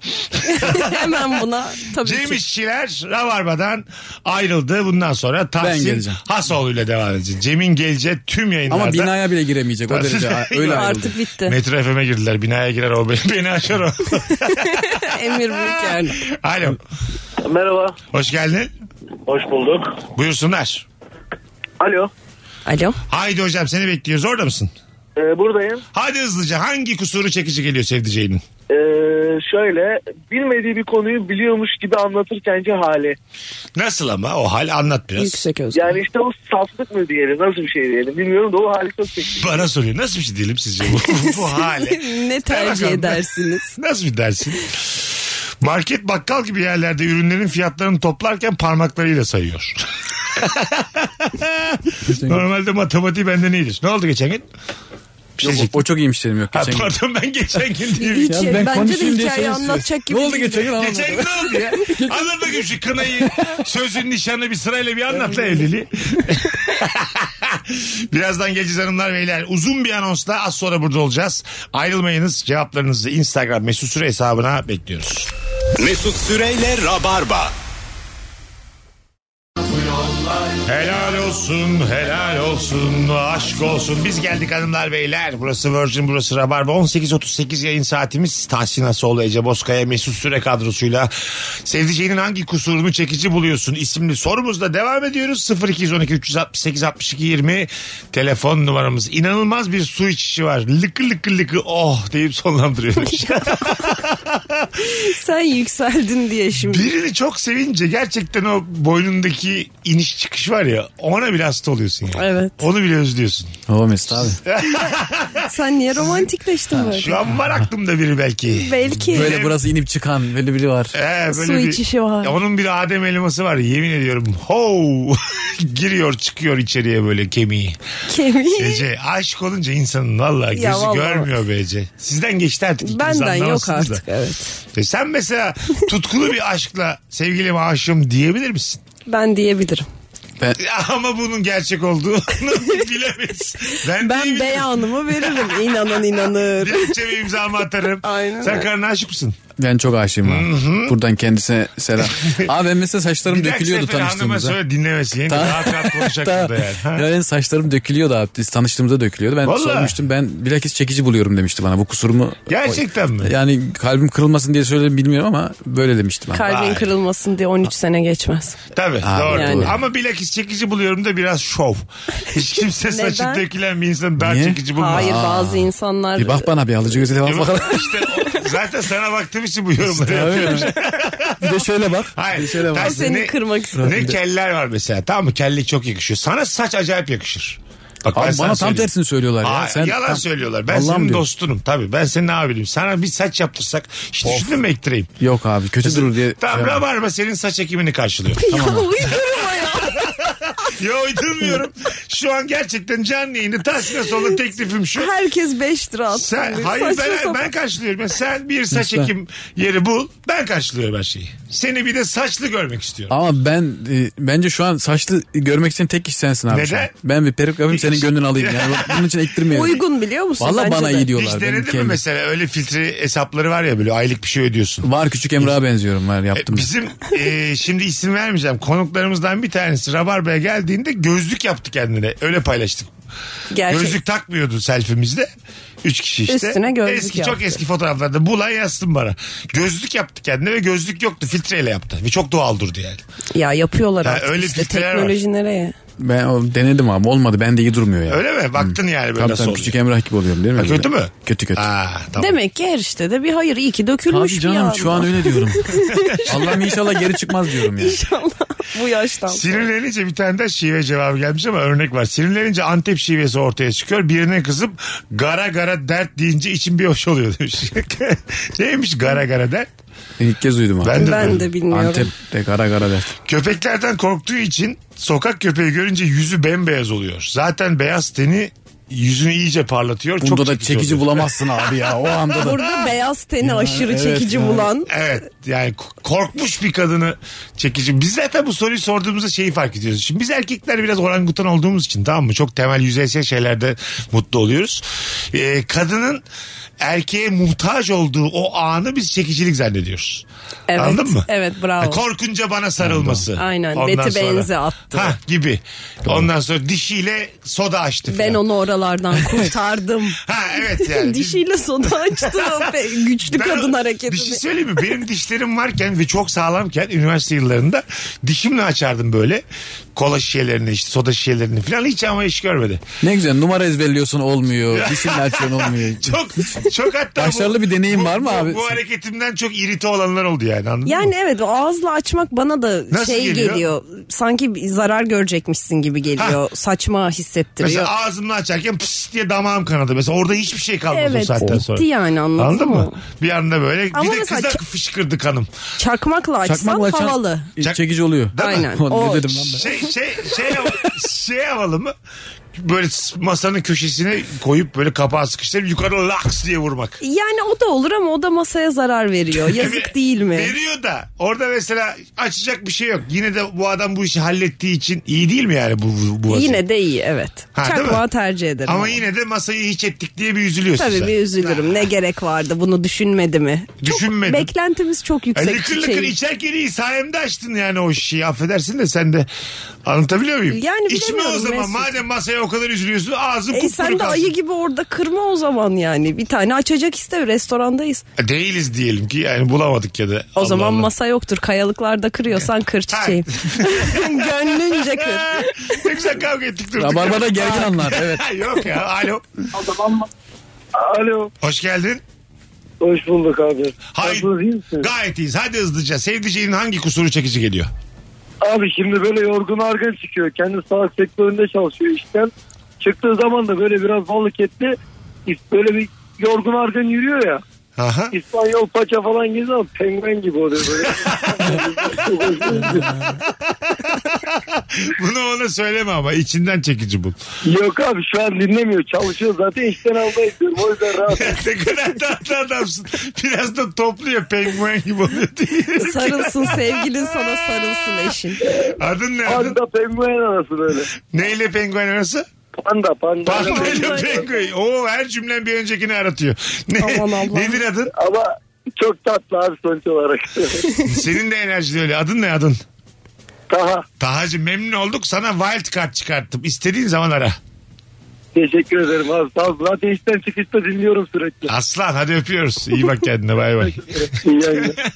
C: [laughs] Hemen buna tabii
B: Cem
C: ki.
B: İşçiler Rabarba'dan ayrıldı. Bundan sonra Tahsin
D: geleceğim.
B: Hasoğlu ile devam edeceğiz. Cem'in geleceği tüm yayınlarda.
D: Ama binaya bile giremeyecek o derece. Öyle ayrıldı.
C: Artık bitti.
B: Metro FM'e girdiler. Binaya girer o [laughs] beni, beni aşar o.
C: Emir Büyüker'le.
B: Alo.
I: Merhaba.
B: Hoş geldin.
I: Hoş bulduk.
B: Buyursunlar.
I: Alo.
C: Alo.
B: Haydi hocam seni bekliyoruz. Orada mısın?
I: Ee, buradayım.
B: Hadi hızlıca hangi kusuru çekici geliyor sevdiceğinin?
I: Ee, şöyle bilmediği bir konuyu biliyormuş gibi anlatırkenki hali.
B: Nasıl ama o hal anlat biraz.
C: Yüksek özgür.
I: Yani işte o saflık mı diyelim nasıl bir şey diyelim bilmiyorum da o hali çok çekici.
B: Bana soruyor. Nasıl bir şey diyelim sizce bu, bu hale?
C: [laughs] [laughs] ne tercih
B: bakalım.
C: edersiniz?
B: [laughs] Nasıl bir dersin? Market bakkal gibi yerlerde ürünlerin fiyatlarını toplarken parmaklarıyla sayıyor. [laughs] Normalde matematiği benden iyidir. Ne oldu geçen gün? Bir şey
D: Yok,
B: çektim.
D: o çok iyiymiş derim yok.
B: Ha,
D: Geçen gün.
B: pardon ben geçen gün diyeyim.
C: Hiç, Şey, bence de hikaye anlatacak gibi
D: şey Ne oldu
C: değil.
D: geçen gün anlamadım.
B: Geçen gün ne oldu ya? Anlat bakayım şu kınayı, sözün nişanı bir sırayla bir anlat da evliliği. [laughs] Birazdan geleceğiz hanımlar beyler. Uzun bir anonsla az sonra burada olacağız. Ayrılmayınız. Cevaplarınızı Instagram mesut süre hesabına bekliyoruz.
A: Mesut Süreyle Rabarba.
B: Helal olsun, helal olsun, aşk olsun. Biz geldik hanımlar beyler. Burası Virgin, burası Rabarba. 18.38 yayın saatimiz. Tahsin Asoğlu, Ece Bozkaya, Mesut Süre kadrosuyla. Sevdiceğinin hangi kusurunu çekici buluyorsun isimli sorumuzla devam ediyoruz. 0212 368 62 20 telefon numaramız. İnanılmaz bir su içişi var. Lıkı lıkı lıkı oh deyip sonlandırıyormuş.
C: Sen yükseldin diye
D: [laughs]
C: şimdi.
B: Birini çok sevince gerçekten o boynundaki iniş çıkış var ya ona bile hasta oluyorsun yani.
C: Evet.
B: Onu bile özlüyorsun.
D: Oo Mesut abi.
C: Sen niye romantikleştin böyle?
B: Şu an var aklımda biri belki.
C: Belki.
D: Böyle burası inip çıkan böyle biri var.
B: Ee,
C: Su içişi var.
B: Onun bir Adem elması var yemin ediyorum. Ho! [laughs] Giriyor çıkıyor içeriye böyle kemiği.
C: [laughs]
D: Şey,
C: Kemiği.
B: Ece aşık olunca insanın valla gözü
C: vallahi.
B: görmüyor be Ece. Sizden geçti artık. ikiniz
C: Benden yok
B: anlamazsınız da.
C: artık evet.
B: E sen mesela tutkulu bir aşkla sevgilim aşığım diyebilir misin? [laughs]
C: Ben diyebilirim.
B: Ama bunun gerçek olduğunu [laughs] bilemeyiz. Ben,
C: Ben
B: diyebilirim.
C: beyanımı veririm. İnanan inanır.
D: [laughs]
B: Dilekçeme imzamı atarım.
C: [laughs] Aynen
B: Sen
C: öyle.
B: karnına aşık mısın?
D: Ben çok aşığım abi. Buradan kendisine
B: [laughs]
D: selam. abi ben mesela saçlarım
B: Bir dahaki
D: dökülüyordu
B: sefere hanıma
D: tanıştığımızda.
B: söyle dinlemesin. Yeni rahat
D: [laughs]
B: rahat konuşacak burada yani. Ha?
D: Ya benim saçlarım dökülüyordu abi. Biz tanıştığımızda dökülüyordu. Ben
B: Vallahi.
D: sormuştum. Ben bilakis çekici buluyorum demişti bana. Bu kusurumu
B: Gerçekten mi?
D: yani kalbim kırılmasın diye söyledim bilmiyorum ama böyle demişti bana.
C: Kalbin
B: Vay.
C: kırılmasın diye 13 sene geçmez.
B: Tabii
D: Abi,
B: doğru.
C: yani.
B: Ama bilakis çekici buluyorum da biraz şov. Hiç kimse saçı
C: Neden?
B: dökülen bir insanı daha
D: Niye?
B: çekici bulmaz.
C: Hayır bazı insanlar...
D: Bir bak bana bir alıcı gözüyle bak
B: Değil mi?
D: bakalım.
B: İşte o- zaten sana baktığım
D: [laughs]
B: için bu yorumları yapıyorum.
D: bir de şöyle bak. Bir şey de
B: [laughs] Hayır.
D: şöyle bak.
B: tersi
C: Seni kırmak istedim.
B: Ne keller var mesela. Tamam mı? Kellik çok yakışıyor. Sana saç acayip yakışır. Bak, ben
D: Abi
B: sana
D: bana tam
B: söyleyeyim.
D: tersini söylüyorlar ya.
B: Aa,
D: Sen
B: yalan
D: tam-
B: söylüyorlar. Ben
D: Vallahi mi
B: senin
D: diyor?
B: dostunum tabii. Ben senin abinim. Sana bir saç yaptırsak hiç düşündün mü ektireyim?
D: Yok abi kötü durur diye. şey
B: Tamam
D: yapma.
B: Rabarba senin saç ekimini karşılıyor.
C: Ya [laughs] uydurma ya.
B: ya uydurmuyorum. Şu an gerçekten canlı yayında tersine sonra teklifim şu.
C: Herkes 5 lira atsın.
B: Sen,
C: diyor.
B: hayır
C: Saçma
B: ben,
C: sapan.
B: ben karşılıyorum. Ya Sen bir saç
D: Lütfen.
B: ekim yeri bul. Ben karşılıyorum her şeyi. Seni bir de saçlı görmek istiyorum.
D: Ama ben e, bence şu an saçlı görmek için tek kişi sensin abi.
B: Neden?
D: şu an. Ben bir peruk yapayım senin gönlünü alayım.
B: [laughs]
D: Yani bak, bunun için ektirmeyelim.
C: Uygun biliyor musun?
D: Valla
C: Bence
D: bana
C: de.
D: iyi diyorlar.
B: Hiç
D: Benim
B: denedin mi
D: kendim-
B: mesela öyle filtre hesapları var ya böyle aylık bir şey ödüyorsun.
D: Var küçük Emrah'a benziyorum var
B: E,
D: yaptım.
B: Bizim e, şimdi isim vermeyeceğim. Konuklarımızdan bir tanesi Rabarba'ya geldiğinde gözlük yaptı kendine. Öyle paylaştık.
C: Gerçek.
B: Gözlük takmıyordu selfimizde. Üç kişi işte.
C: şey- Üstüne gözlük
B: eski, Çok
C: yaptı.
B: eski fotoğraflarda. Bulan yazsın bana. Gözlük yaptı kendine ve gözlük yoktu. Filtreyle yaptı. Ve çok doğal durdu yani.
C: Ya yapıyorlar
B: Ha,
C: artık
B: öyle
C: işte
B: filtreler var.
C: teknoloji nereye?
D: Ben o, denedim abi olmadı bende iyi durmuyor ya.
B: Öyle mi? Baktın yani böyle
D: Tabii
B: nasıl
D: tabii,
B: oluyor.
D: küçük Emrah gibi oluyorum değil mi?
B: Ha, kötü
D: Böyle.
B: mü?
D: Kötü kötü.
B: Aa, tamam.
C: Demek ki her işte de bir hayır iyi ki dökülmüş
D: Abi
C: bir
D: canım
C: yağmur.
D: şu an
B: [laughs]
D: öyle diyorum. Allah'ım inşallah geri çıkmaz diyorum
C: [laughs]
D: ya.
C: İnşallah bu yaştan.
B: Sinirlenince bir tane de şive cevabı gelmiş ama örnek var. Sinirlenince Antep şivesi ortaya çıkıyor. Birine kızıp gara gara dert deyince içim bir hoş oluyor demiş. [laughs] Neymiş gara gara dert?
D: İlk kez duydum abi.
B: Ben de,
C: Ben de bilmiyorum.
D: Antep'te kara kara dert.
B: Köpeklerden korktuğu için sokak köpeği görünce yüzü bembeyaz oluyor. Zaten beyaz teni yüzünü iyice parlatıyor.
D: Bunda
B: Çok
D: da çekici
B: oluyor.
D: bulamazsın abi ya o anda da.
B: Ah!
C: Burada beyaz teni aşırı
D: evet
C: çekici
D: ya.
C: bulan.
B: Evet yani k- korkmuş bir kadını çekici. Biz zaten bu soruyu sorduğumuzda şeyi fark ediyoruz. Şimdi biz erkekler biraz orangutan olduğumuz için tamam mı? Çok temel yüzeysel şeylerde mutlu oluyoruz. Ee, kadının erkeğe muhtaç olduğu o anı biz çekicilik zannediyoruz.
C: Evet.
B: Anladın mı?
C: Evet bravo.
B: Ha, Korkunca bana sarılması.
C: Aynen,
B: Ondan
C: Beti
B: sonra-
C: Benzi attı.
B: Ha, gibi. Ondan sonra dişiyle soda açtı.
C: ben
B: falan. [laughs]
C: onu oralardan kurtardım.
B: Ha evet yani.
C: [laughs] Dişiyle soda
B: [laughs]
C: açtı. o pe- Güçlü
B: Ben-
C: kadın hareketi.
B: Bir şey söyleyeyim mi? Benim dişlerim varken ve çok sağlamken üniversite yıllarında dişimle açardım böyle. Kola şişelerini işte soda şişelerini falan hiç ama iş görmedi.
D: Ne güzel numara ezberliyorsun olmuyor. Dişinle açıyorsun olmuyor.
B: Çok çok hatta
D: Başarılı bir deneyim var mı
B: bu-
D: abi?
B: Bu hareketimden çok irite olanlar oldu yani anladın mı?
C: Yani evet o ağızla açmak bana da
B: Nasıl
C: şey
B: geliyor?
C: geliyor? Sanki bir zarar görecekmişsin gibi geliyor. Saçma hissettiriyor.
B: Mesela ağzımla açarken pıs diye damağım kanadı. Mesela orada hiçbir şey kalmadı o
C: Evet,
B: saatten
C: gitti
B: sonra.
C: yani, anladın
B: Anladın mı?
C: mı?
B: Bir anda böyle.
C: Ama
B: bir de
C: mesela
B: kıza
C: ç-
B: fışkırdı kanım.
C: Çakmakla açsan
D: Çakmakla açan-
C: havalı.
B: Çak-
D: Çekici oluyor.
B: Değil mi?
C: Aynen.
D: Ulan ne
C: O
D: dedim lan ben?
B: şey şey şey hava- şey havalı mı? Böyle s- masanın köşesine koyup böyle kapağı sıkıştırıp yukarı laks diye vurmak.
C: Yani o da olur ama o da masaya zarar veriyor. Yazık değil mi?
B: Veriyor da orada mesela açacak bir şey yok. Yine de bu adam bu işi hallettiği için iyi değil mi yani bu bu, bu vaziyet?
C: Yine de iyi evet.
B: Ha, değil mi?
C: Çakmağı tercih ederim.
B: Ama yine de masayı hiç ettik diye bir üzülüyorsun
C: Tabii
B: sen.
C: bir üzülürüm. Ne gerek vardı bunu düşünmedi mi?
B: Düşünmedim.
C: Çok, beklentimiz çok
B: E,
C: yüksek. şey.
B: lıkır lıkır
C: çiçeğin.
B: içerken iyi sayemde açtın yani o şeyi affedersin de sen de anlatabiliyor muyum?
C: Yani
B: İçme o
C: bilemiyorum
B: zaman
C: Mesut.
B: madem masaya o kadar üzülüyorsun ağzın
C: E
B: kupkuru
C: sen de
B: kalsın.
C: ayı gibi orada kırma o zaman yani. Bir tane açacak iste restorandayız.
B: Değiliz diyelim ki yani bulamadık ya da.
C: O
B: Allah
C: zaman
B: Allah.
C: masa yoktur. Kayalıklarda kırıyorsan kır çiçeğim.
B: [laughs]
C: Gönlünce kır.
B: ne güzel kavga ettik durduk.
D: Rabarba'da gergin anlar evet.
B: [laughs] Yok ya alo.
I: Alo.
B: Hoş geldin.
I: Hoş bulduk abi.
B: Hayır.
I: Nasılsınız, iyi misiniz?
B: Gayet iyiyiz. Hadi hızlıca. Sevdiceğinin hangi kusuru çekici geliyor?
I: Abi şimdi böyle yorgun argın çıkıyor. Kendi sağlık sektöründe çalışıyor işten. Çıktığı zaman da böyle biraz balık etli. Böyle bir yorgun argın yürüyor ya.
C: [laughs]
B: Aha.
I: İspanyol paça falan geziyor ama penguen gibi oluyor böyle.
B: Bunu ona söyleme ama içinden çekici bu. [laughs]
I: Yok abi şu an dinlemiyor. Çalışıyor zaten işten alda ediyorum. O yüzden rahat.
B: ne kadar tatlı adamsın. Biraz da topluyor penguen gibi oluyor diye.
C: Sarılsın sevgilin sana sarılsın eşin.
B: Adın ne? Adın?
I: Panda penguen arası böyle.
B: Neyle penguen arası?
I: Panda panda.
B: Pangayla penguen. Oo her cümlen bir öncekini aratıyor. Ne,
C: Aman Allah'ım.
B: nedir adın?
I: Ama çok tatlı abi sonuç olarak.
B: Senin de enerjili öyle. Adın ne adın?
I: Taha
B: Tahacığım memnun olduk. Sana wild card çıkarttım. İstediğin zaman ara.
I: teşekkür ederim abi. Sağ olun. Zaten işten çıkışta dinliyorum sürekli.
B: Aslan hadi öpüyoruz. İyi bak kendine bay bay.
I: İyi yayınlar.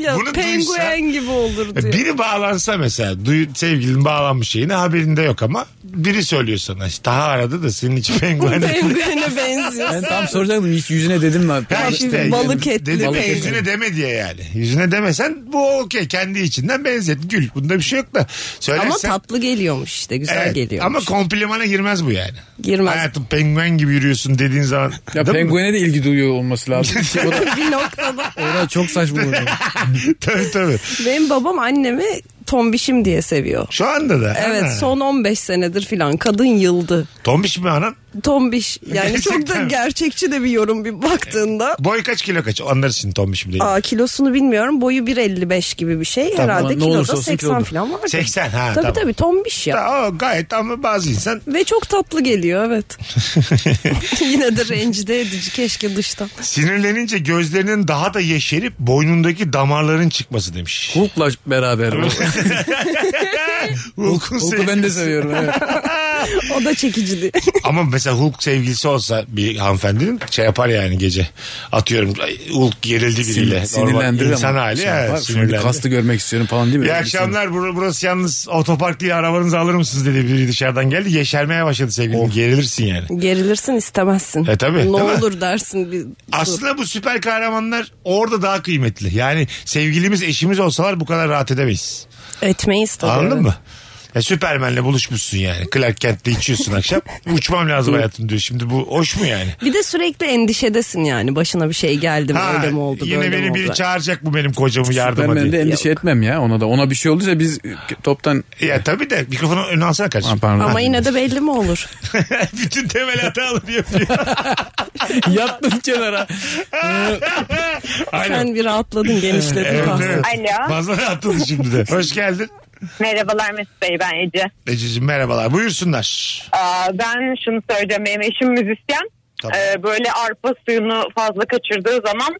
C: Ya
B: Bunu E,
C: penguen gibi olur diyor.
B: Biri bağlansa mesela duy, sevgilin bağlanmış yayına haberinde yok ama biri söylüyor sana. İşte Taha aradı da senin için penguen.
C: [laughs] Penguene benziyor.
D: Ben tam soracaktım hiç yüzüne dedim mi?
B: Ha işte,
C: şey balık etli
B: Dedi
C: peynir.
B: yüzüne deme diye yani. Yüzüne demesen bu okey kendi içinden benzet gül. Bunda bir şey yok da. Söylersen,
C: Ama tatlı geliyormuş işte güzel
B: Evet,
C: geliyor.
B: Ama komplimana girmez bu yani.
C: Girmez.
B: Hayatım penguen gibi yürüyorsun dediğin zaman. Değil
D: Ya
B: mi?
D: penguene de ilgi duyuyor olması lazım. o
C: [laughs]
D: da,
C: bir noktada.
D: o da çok saçma olurdu.
B: [laughs] tabii tabii.
C: Benim babam annemi tombişim diye seviyor.
B: Şu anda da.
C: Evet
B: Ana.
C: son 15 senedir filan kadın yıldı.
B: Tombiş mi anan?
C: Tombiş yani çok da
B: Gerçekten.
C: gerçekçi de bir yorum bir baktığında.
B: Boy kaç kilo kaç? Onlar için tombiş mi değil?
C: Aa, kilosunu bilmiyorum boyu 1.55 gibi bir şey herhalde
D: ne olursa
C: kiloda
D: olsun
C: 80
D: kilodur.
C: falan var.
B: 80, ha,
C: Tabii
B: tamam.
C: tabii tombiş ya.
B: Ya, o gayet ama bazı insan
C: Ve çok tatlı geliyor
B: [laughs]
C: evet. Yine de rencide edici keşke dıştan.
B: sinirlenince gözlerinin daha da yeşerip boynundaki damarların çıkması demiş.
D: Hulk'la beraber. o.
B: Hulk'un
D: Hulk'u ben de
B: sevgilisi.
D: seviyorum. Evet.
C: O da çekicidi.
B: Ama mesela Hulk sevgilisi olsa bir hanımefendinin şey yapar yani gece. Atıyorum ay, Hulk gerildi biriyle. Normal
D: Sinirlendirir ama.
B: insan hali
D: Şey
B: ya.
D: yapar. Şöyle bir
B: sinirlendi.
D: kastı görmek istiyorum falan değil mi?
B: İyi
D: Öyle bir
B: akşamlar bur- burası yalnız otopark değil arabanızı alır mısınız dedi biri dışarıdan geldi. Yeşermeye başladı sevgilim. Gerilirsin yani.
C: Gerilirsin istemezsin.
B: E, tabii,
C: Ne
B: değil mi?
C: olur dersin. Bir,
B: Aslında bu süper kahramanlar orada daha kıymetli. Yani sevgilimiz eşimiz olsalar bu kadar rahat edemeyiz.
C: Etmeyiz tabii.
B: Anladın
C: evet.
B: mı? Ya Süpermen'le buluşmuşsun yani. Clark Kent'te içiyorsun akşam.
C: [laughs]
B: Uçmam lazım hayatım diyor. Şimdi bu hoş mu yani?
C: Bir de sürekli endişedesin yani. Başına bir şey geldi mi?
B: Ha,
C: öyle mi oldu?
B: yine
C: böyle mi
B: beni
C: oldu?
B: biri çağıracak bu benim kocamı yardıma
D: Ben
B: diye.
D: de endişe etmem ya ona da. Ona bir şey olduysa biz toptan
B: Ya tabii de mikrofonu önüne alsana
D: Ha,
B: kardeşim.
D: pardon.
C: Ama yine de belli mi olur?
B: [laughs] Bütün temel hataları
C: [laughs]
B: yapıyor.
D: yattım kenara.
B: Aynen.
C: Sen bir rahatladın genişledin
B: Evet,
C: kafan.
B: evet.
E: Alo.
B: Fazla rahatladı şimdi de. Hoş geldin.
E: [laughs] Merhabalar Mesut Bey ben Ece.
B: Ececiğim merhabalar. Buyursunlar.
E: Aa, ben şunu söyleyeceğim. Benim eşim müzisyen.
B: Tamam. [laughs]
E: Ee, böyle arpa suyunu fazla kaçırdığı zaman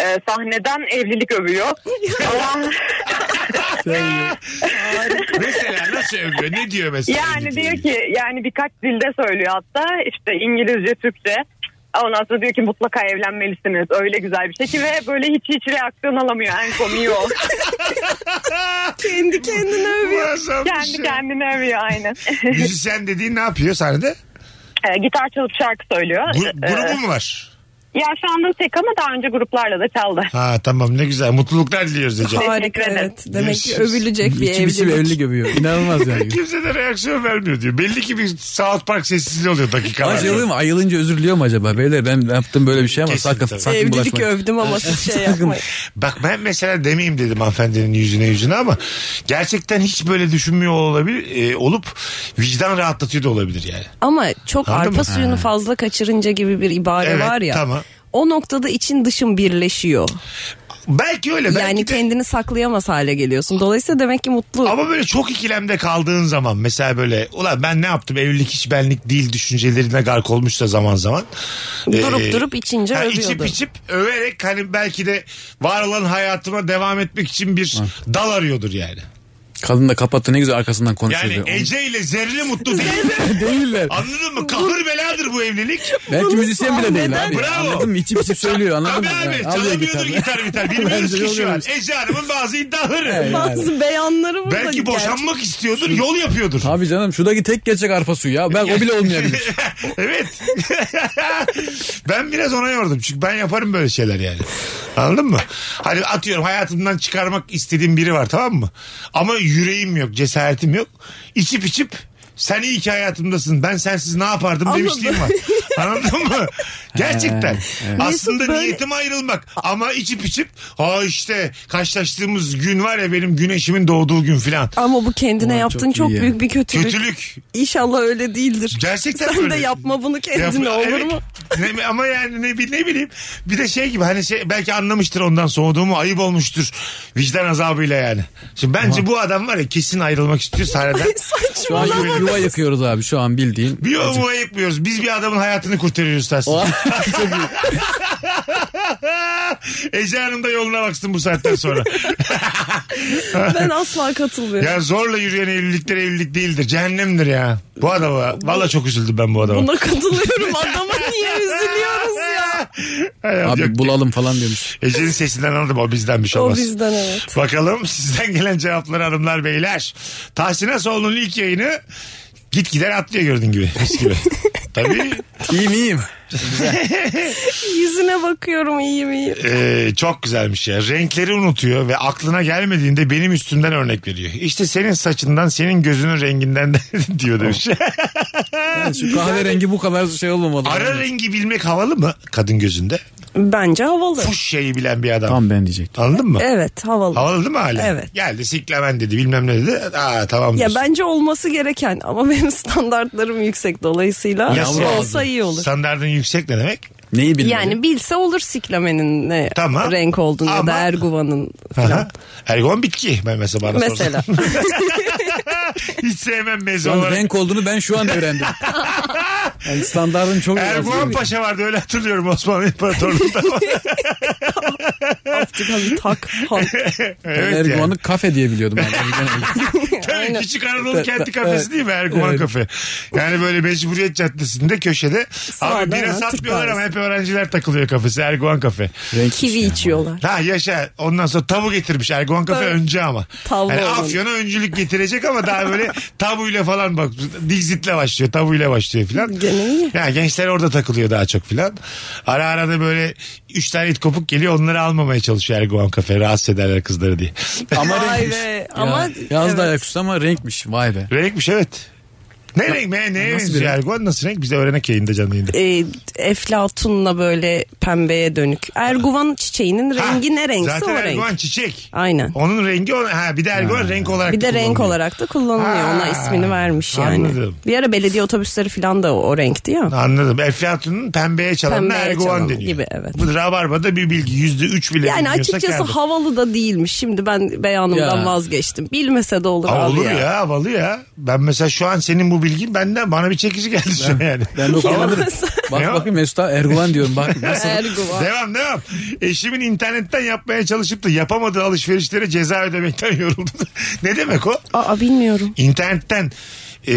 E: e, sahneden evlilik [laughs] övüyor. Ama
B: mesela nasıl övüyor? Ne diyor mesela? Hani
E: yani diyor ki yani birkaç dilde söylüyor hatta işte İngilizce, Türkçe. Ondan sonra diyor ki mutlaka evlenmelisiniz. Öyle güzel bir şey ki ve böyle hiç hiç reaksiyon alamıyor. En komiği o.
C: Kendi kendine övüyor.
B: Muazzam bir
E: Kendi
B: şey.
E: kendini övüyor aynen. [laughs]
B: Müzisyen dediğin ne yapıyor sahnede?
E: Ee, gitar çalıp şarkı söylüyor.
B: Gru-
E: Ee,
B: grubu mu var?
E: ya şu anda tek ama daha önce gruplarla da çaldı.
B: Ha tamam ne güzel. Mutluluklar diliyoruz
C: [laughs]
B: Ece.
C: Harika
E: Teşekkür ederim.
C: evet. Demek ki
B: Görüşürüz.
C: övülecek bir
D: İçim içim
C: evlilik.
D: evli şey gömüyor.
B: [laughs]
D: İnanılmaz yani.
B: Kimse de reaksiyon vermiyor diyor. Belli ki bir South Park sessizliği oluyor
D: Acılıyor
B: dakikalarda.
D: mu? Ayılınca özür diliyor mu acaba? Beyler ben yaptım böyle bir şey ama
B: Kesin
D: sakın
B: tabii.
D: sakın
C: Evlilik
D: bulaşmayın.
C: övdüm ama siz şey yapmayın.
B: Bak ben mesela demeyeyim dedim hanımefendinin yüzüne yüzüne ama gerçekten hiç böyle düşünmüyor olabilir e, olup vicdan rahatlatıyor da olabilir yani.
C: Ama çok
B: Anladın
C: arpa
B: mı?
C: suyunu fazla kaçırınca gibi bir ibare
B: Evet,
C: var ya.
B: tamam.
C: O noktada için dışın birleşiyor.
B: Belki öyle. E Belki
C: yani
B: de-
C: kendini saklayamaz hale geliyorsun. Dolayısıyla demek ki mutlu.
B: Ama böyle çok ikilemde kaldığın zaman mesela böyle ulan ben ne yaptım evlilik hiç benlik değil düşüncelerine gark olmuşsa zaman zaman. Ee,
C: Durup durup içince
B: ha, İçip
C: övüyordu.
B: içip överek hani belki de var olan hayatıma devam etmek için bir dal arıyordur yani.
D: Kadın da kapattı ne güzel arkasından konuşuyor.
B: Yani
D: diyor.
B: Ece ile Zerre mutlu değil.
D: [laughs] Değiller.
B: Anladın mı? Kahır beladır bu evlilik.
D: Belki müzisyen bile değil abi.
B: Bravo.
D: Anladın mı? İçip içip söylüyor anladın
B: Tabii
D: mı?
B: abi
D: Yani alıyor
B: çalamıyordur
D: gitarını.
B: gitar gitar. Bilmiyoruz
D: [laughs] Bence
B: ki şu an.
D: oluyormuş.
B: Ece Hanım'ın bazı iddiaları.
C: Bazı beyanları burada.
B: Belki
C: gerçek.
B: boşanmak istiyordur, yol yapıyordur.
D: Abi canım şuradaki tek gerçek arpa suyu ya. Ben o bile
B: [laughs]
D: olmayabilir.
B: evet. ben biraz ona yordum. Çünkü ben yaparım böyle şeyler yani. Anladın mı? Hani atıyorum hayatımdan çıkarmak istediğim biri var tamam mı? Ama yüreğim yok, cesaretim yok. İçip içip sen iyi ki hayatımdasın. Ben sensiz ne yapardım
C: Anladım.
B: demişliğim
C: [laughs]
B: var. Anladın mı? Gerçekten. Aslında
C: Mesut böyle-
B: niyetim ayrılmak. Ama içip içip ha işte karşılaştığımız gün var ya benim güneşimin doğduğu gün filan.
C: Ama bu kendine
D: Ulan
C: yaptığın
D: çok iyi
C: çok
D: ya.
C: büyük bir kötülük.
B: Kötülük.
C: İnşallah öyle değildir.
B: Gerçekten
C: Sen
B: öyle.
C: de yapma bunu kendine
B: Ya,
C: olur
B: evet.
C: mu? [laughs]
B: Ne- ama yani ne, bi- ne bileyim. Bir de şey gibi hani şey, belki anlamıştır ondan soğuduğumu ayıp olmuştur. Vicdan azabıyla yani. Şimdi bence bu adam var ya kesin ayrılmak istiyor
C: [laughs]
B: sahneden.
D: Şu an yuva,
C: Saçmalama.
D: yuva yıkıyoruz abi şu an bildiğin.
B: bir umuva yıkmıyoruz. Biz bir adamın hayatını kurtarıyoruz aslında. [laughs] Ece Hanım da yoluna baksın bu saatten sonra.
C: Ben asla katılmıyorum.
B: ya zorla yürüyen evlilikler evlilik değildir. Cehennemdir ya. Bu adama. Valla çok üzüldüm ben bu adama.
C: Buna
B: [laughs]
C: katılıyorum. Adama niye üzülüyoruz ya?
B: Hay Allah, şey yok.
D: Abi bulalım falan demiş.
B: Ece'nin sesinden anladım o bizdenmiş
C: O
B: olmaz.
C: bizden evet.
B: Bakalım [laughs] sizden gelen cevapları hanımlar beyler. Tahsin Asoğlu'nun ilk yayını git gider atlıyor gördüğün gibi. Mis gibi. [laughs] Tabii
D: İyiyim iyiyim.
C: Yüzüne bakıyorum iyiyim iyiyim.
B: e, çok güzelmiş ya. Renkleri unutuyor ve aklına gelmediğinde benim üstümden örnek veriyor. İşte senin saçından senin gözünün renginden de [laughs] diyor demiş. Oh.
D: Şu kahverengi bu kadar şey olmamalı.
B: [laughs] Ara rengi bilmek havalı mı kadın gözünde?
C: Bence havalı.
B: Fuş şeyi bilen bir adam.
D: Tam ben diyecektim.
B: Anladın mı?
C: Evet havalı.
B: Havalı değil mi hala?
C: Evet.
B: Geldi siklemen dedi bilmem ne dedi. Aa tamam
C: Ya
B: diyorsun.
C: bence olması gereken ama [laughs] benim standartlarım yüksek dolayısıyla şey
B: Ya
C: olsa iyi olur.
B: Standardın yüksek ne demek?
D: Neyi bilmeli?
C: Yani bilse olur siklemenin ne
B: Tamam.
C: renk olduğunu ya da
B: Ama-
C: erguvanın
B: Aha. [laughs]
C: falan.
B: Ergon bitki. Ben mesela bana sorsan. [laughs]
C: Mesela.
B: Hiç sevmem meze
D: Yalnız
B: olarak.
D: renk olduğunu ben şu
B: [laughs]
D: an öğrendim. Yani standartın çok
B: Erguvan Paşa vardı öyle hatırlıyorum Osmanlı
C: [laughs]
B: İmparatorluğu'nda.
C: Tabii tak. hak.
D: Ben
B: evet
D: Erguvan'ı
B: yani.
D: kafe diye biliyordum.
B: [laughs]
D: abi.
B: Tabii
C: Aynen.
B: küçük Anadolu kenti kafesi
D: Evet.
B: değil mi Erguvan
D: Evet.
B: kafe? Yani böyle Mecburiyet Caddesi'nde köşede. Abi
C: Sağda
B: bira
C: hemen Türk
B: satmıyorlar ama
C: kahvesi.
B: hep öğrenciler takılıyor kafesi Erguvan kafe.
C: Kivi içiyorlar.
B: Ha yaşa ondan sonra tabu getirmiş Erguvan kafe
C: Evet.
B: önce ama.
C: Tabu
B: yani
C: olan.
B: Afyon'a öncülük getirecek ama daha böyle tabuyla falan bak dizitle başlıyor tabuyla başlıyor filan.
C: Gene iyi.
B: Ya gençler orada takılıyor daha çok filan. Ara ara da böyle üç tane it kopuk geliyor onları almamaya çalışıyor Erguvan kafe rahatsız ederler kızları
C: [laughs]
B: diye.
D: Ama
C: Vay
D: renkmiş.
C: be. Ama
D: Ama yaz da
C: evet.
D: ayaküstü ama renkmiş. Vay be.
B: Renkmiş evet. Ne renk ne, neye
D: nasıl bir
B: benziyor
D: renk?
B: Erguvan nasıl renk biz de öğrenek yayında canlı yayında.
C: e, eflatunla böyle pembeye dönük. Erguvan çiçeğinin rengi ne renkse
B: Zaten
C: o
B: Erguvan
C: renk.
B: çiçek.
C: Aynen.
B: Onun rengi o- ha bir de Erguvan renk olarak
C: Bir
B: da
C: de renk
B: kullanılıyor.
C: olarak da kullanılıyor.
B: Ha,
C: Ona ismini vermiş yani.
B: anladım.
C: Bir ara belediye otobüsleri falan da o, o renkti ya.
B: Anladım. Eflatun'un pembeye çalanına
C: Pembeye
B: Erguvan
C: çalan
B: deniyor.
C: gibi, evet.
B: Bu Rabarba'da bir bilgi yüzde üç bile
C: Yani
B: bilmiyorsa
C: açıkçası
B: kârdır.
C: havalı da değilmiş. Şimdi ben beyanımdan
D: Ya.
C: vazgeçtim. Bilmese de olur
B: Aa,
C: abi
B: olur ya.
C: ya.
B: havalı ya. Ben mesela şu an senin bu bilgin benden bana bir çekici geldi şu an yani.
C: [laughs]
D: Ben de okuyamadım. Bak
B: Ne o?
D: bakayım Mesut'a Erguvan diyorum. Bak nasıl?
B: [laughs]
C: Erguvan.
B: Devam devam. Eşimin internetten yapmaya çalışıp da yapamadığı alışverişlere ceza ödemekten [laughs] yoruldu. ne demek o?
C: Aa bilmiyorum.
B: İnternetten e,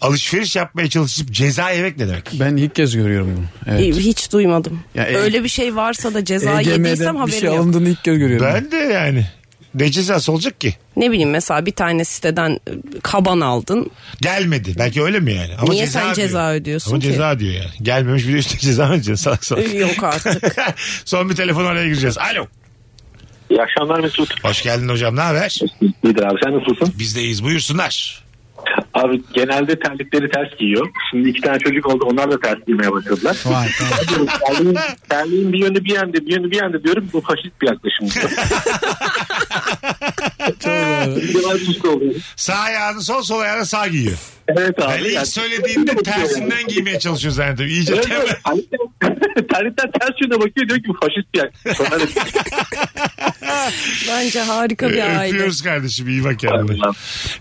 B: alışveriş yapmaya çalışıp ceza yemek ne demek?
D: Ben ilk kez görüyorum bunu. Evet.
C: Hiç duymadım.
D: Ya, e-
C: Öyle bir şey varsa da ceza yediysem
D: EGM'den bir
C: haberim
D: şey
C: yok.
D: alındığını ilk kez görüyorum.
B: Ben de yani. Ne cezası olacak ki?
C: Ne bileyim mesela bir tane siteden e, kaban aldın.
B: Gelmedi. Belki öyle mi yani? Ama
C: Niye
B: ceza
C: sen
B: diyor.
C: ceza ödüyorsun
B: Ama
C: ki?
B: ceza diyor yani. Gelmemiş bir de üstüne ceza ödeyeceksin salak salak.
C: Yok artık.
B: [laughs] Son bir telefon araya gireceğiz. Alo.
I: İyi akşamlar Mesut.
B: Hoş geldin hocam ne haber?
I: İyidir abi sen nasılsın?
B: Bizdeyiz buyursunlar.
I: Abi genelde terlikleri ters giyiyor. Şimdi iki tane çocuk oldu onlar da ters giymeye başladılar.
D: Vay, tamam.
I: terliğin, terliğin bir yönü bir yanda bir yönü bir yanda diyorum bu faşist bir yaklaşım. Bir de var, üst oluyor.
B: Sağ ayağını sol sol ayağını sağ giyiyor.
I: evet abi.
B: Hele
I: yani-
B: ilk söylediğinde tersinden giymeye çalışıyor zannediyorum. İyice
I: Evet,
B: temel.
C: [laughs]
I: evet. Terlikten- [laughs] Terlikten ters yöne bakıyor diyor ki bu faşist bir yaklaşım. Sonra da-
C: Bence harika bir aile.
B: Öpüyoruz kardeşim iyi bak kendine.
I: Tamam.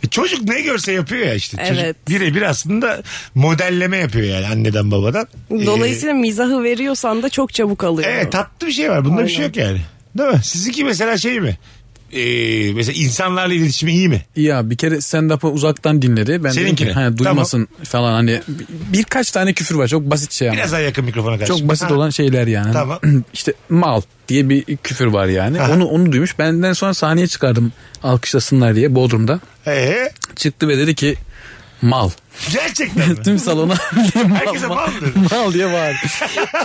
B: E, Çocuk ne görse yapıyor ya işte.
C: Evet.
B: Çocuk birebir aslında modelleme yapıyor yani anneden babadan. Ee,
C: Dolayısıyla mizahı veriyorsan da çok çabuk alıyor.
B: Evet tatlı bir şey var. Bunda bir şey
C: Aynen.
B: yok yani. Değil mi? Sizinki mesela şey mi? Ee, mesela insanlarla iletişimi iyi mi?
D: Ya bir kere stand-up'ı uzaktan dinledi. Ben dedim
B: Seninkini.
D: ki hani duymasın falan hani bir- birkaç tane küfür var. Çok basit şey ama.
B: Biraz daha yakın mikrofona karşı.
D: Çok basit
B: Ha.
D: olan şeyler yani. [clears throat]
B: Tamam.
D: işte mal diye bir küfür var yani.
B: Aha.
D: Onu onu duymuş. Benden sonra sahneye çıkardım alkışlasınlar diye Bodrum'da.
B: Ee,
D: Çıktı ve dedi ki mal. [laughs]
B: gerçekten mi?
D: Tüm salona [laughs] mal,
B: Herkese mal mı dedi?
D: mal diye bağırdı.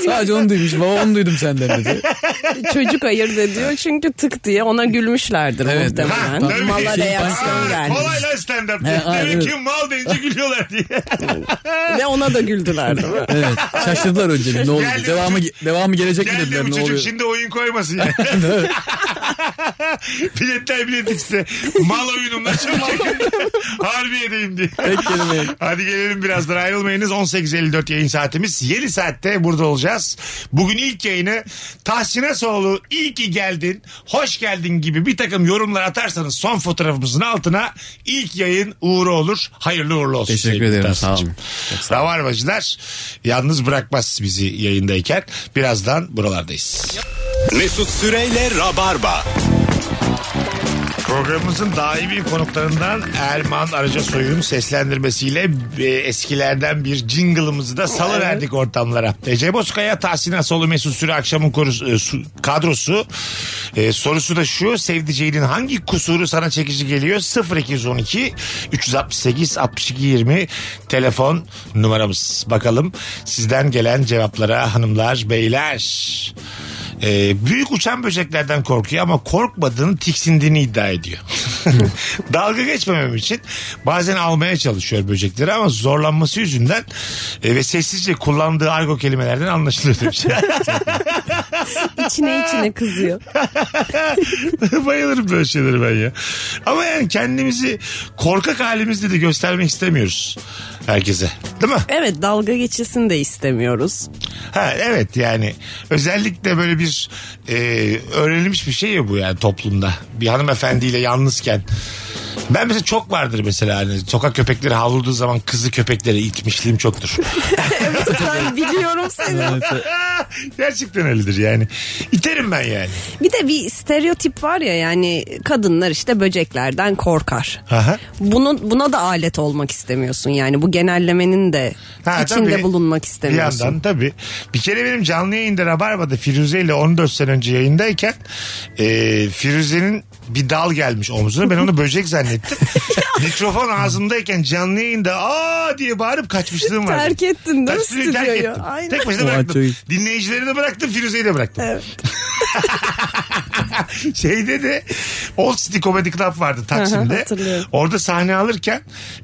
D: Sadece onu duymuş. Baba onu duydum senden dedi.
C: [laughs] Çocuk ayırt ediyor çünkü tık diye ona gülmüşlerdir
D: Evet.
B: Ha,
C: muhtemelen.
B: tabii.
C: Mala
D: Şey,
C: reaksiyon
B: Aa,
C: gelmiş.
B: Kolay lan stand up.
D: He, aynen,
B: Demek ki
D: evet.
B: mal deyince gülüyorlar diye.
C: Ve ona da güldüler. değil mi?
D: Evet. Şaşırdılar önce. Ne oldu?
B: Geldi
D: Devamı
B: çocuk.
D: devamı gelecek mi
B: Geldi
D: dediler.
B: bu
D: Ne
B: çocuk
D: [laughs] oluyor?
B: şimdi oyun koymasın yani. [laughs] Biletler bilet X'te. Mal oyunumla çok [laughs] yakın. Harbiye'deyim diye. Hadi gelelim birazdan ayrılmayınız. 18.54 yayın saatimiz. Yeni saatte burada olacağız. Bugün ilk yayını Tahsin Asoğlu iyi ki geldin, hoş geldin gibi bir takım yorumlar atarsanız son fotoğrafımızın altına ilk yayın uğru olur. Hayırlı uğurlu olsun.
D: Teşekkür
B: sevgili
D: ederim sağ
B: Tahsin'cim.
D: olun.
B: Rabarbacılar yalnız bırakmaz bizi yayındayken. Birazdan buralardayız.
A: Mesut Süreyle Rabarba.
B: Programımızın daimi konuklarından Erman Arıca Soy'un seslendirmesiyle e, eskilerden bir jingle'ımızı da salıverdik ortamlara. Ece Bozkaya, Tahsin Asoğlu, Mesut Süre akşamın korusu- e, su- kadrosu. E, sorusu da şu sevdiceğinin hangi kusuru sana çekici geliyor? 0212 368 62 20 telefon numaramız. Bakalım sizden gelen cevaplara hanımlar beyler. Ee, büyük uçan böceklerden korkuyor ama korkmadığını tiksindiğini iddia ediyor. [laughs] Dalga geçmemem için bazen almaya çalışıyor böcekleri ama zorlanması yüzünden e, ve sessizce kullandığı argo kelimelerden anlaşılıyor demiş. [laughs]
C: İçine içine kızıyor.
B: Bayılırım böyle şeylere ben ya. Ama yani kendimizi korkak halimizde de göstermek istemiyoruz herkese. Değil mi?
C: Evet dalga geçilsin de istemiyoruz.
B: Ha, evet yani özellikle böyle bir e, öğrenilmiş bir şey ya bu yani toplumda. Bir hanımefendiyle yalnızken. Ben mesela çok vardır mesela hani sokak köpekleri havladığı zaman kızı köpeklere itmişliğim çoktur.
C: Ben biliyorum seni.
B: [laughs] Gerçekten öyledir yani. İterim ben yani.
C: Bir de bir stereotip var ya yani kadınlar işte böceklerden korkar.
B: Aha.
C: Bunun buna da alet olmak istemiyorsun yani bu genellemenin de
B: Ha,
C: içinde
B: tabii.
C: bulunmak
B: Bir
C: istemiyorsun.
B: yandan tabii. Bir kere benim canlı yayında Rabarba'da Firuze ile 14 sene önce yayındayken e, Firuze'nin bir dal gelmiş omzuna. Ben onu böcek
C: [laughs]
B: zannettim. Mikrofon ağzımdayken canlı yayında aa diye bağırıp kaçmışlığım var.
C: Terk ettin değil mi
B: Stüdyoyu terk
C: stüdyoyu?
B: ettim.
C: Aynen.
B: Tek başına
D: Vay,
B: bıraktım.
D: çok-
B: Dinleyicileri de bıraktım, Firuze'yi de bıraktım. [laughs] Şeyde de Old City Comedy Club vardı
C: Aha,
B: Taksim'de.
C: hatırlıyorum.
B: Orada sahne alırken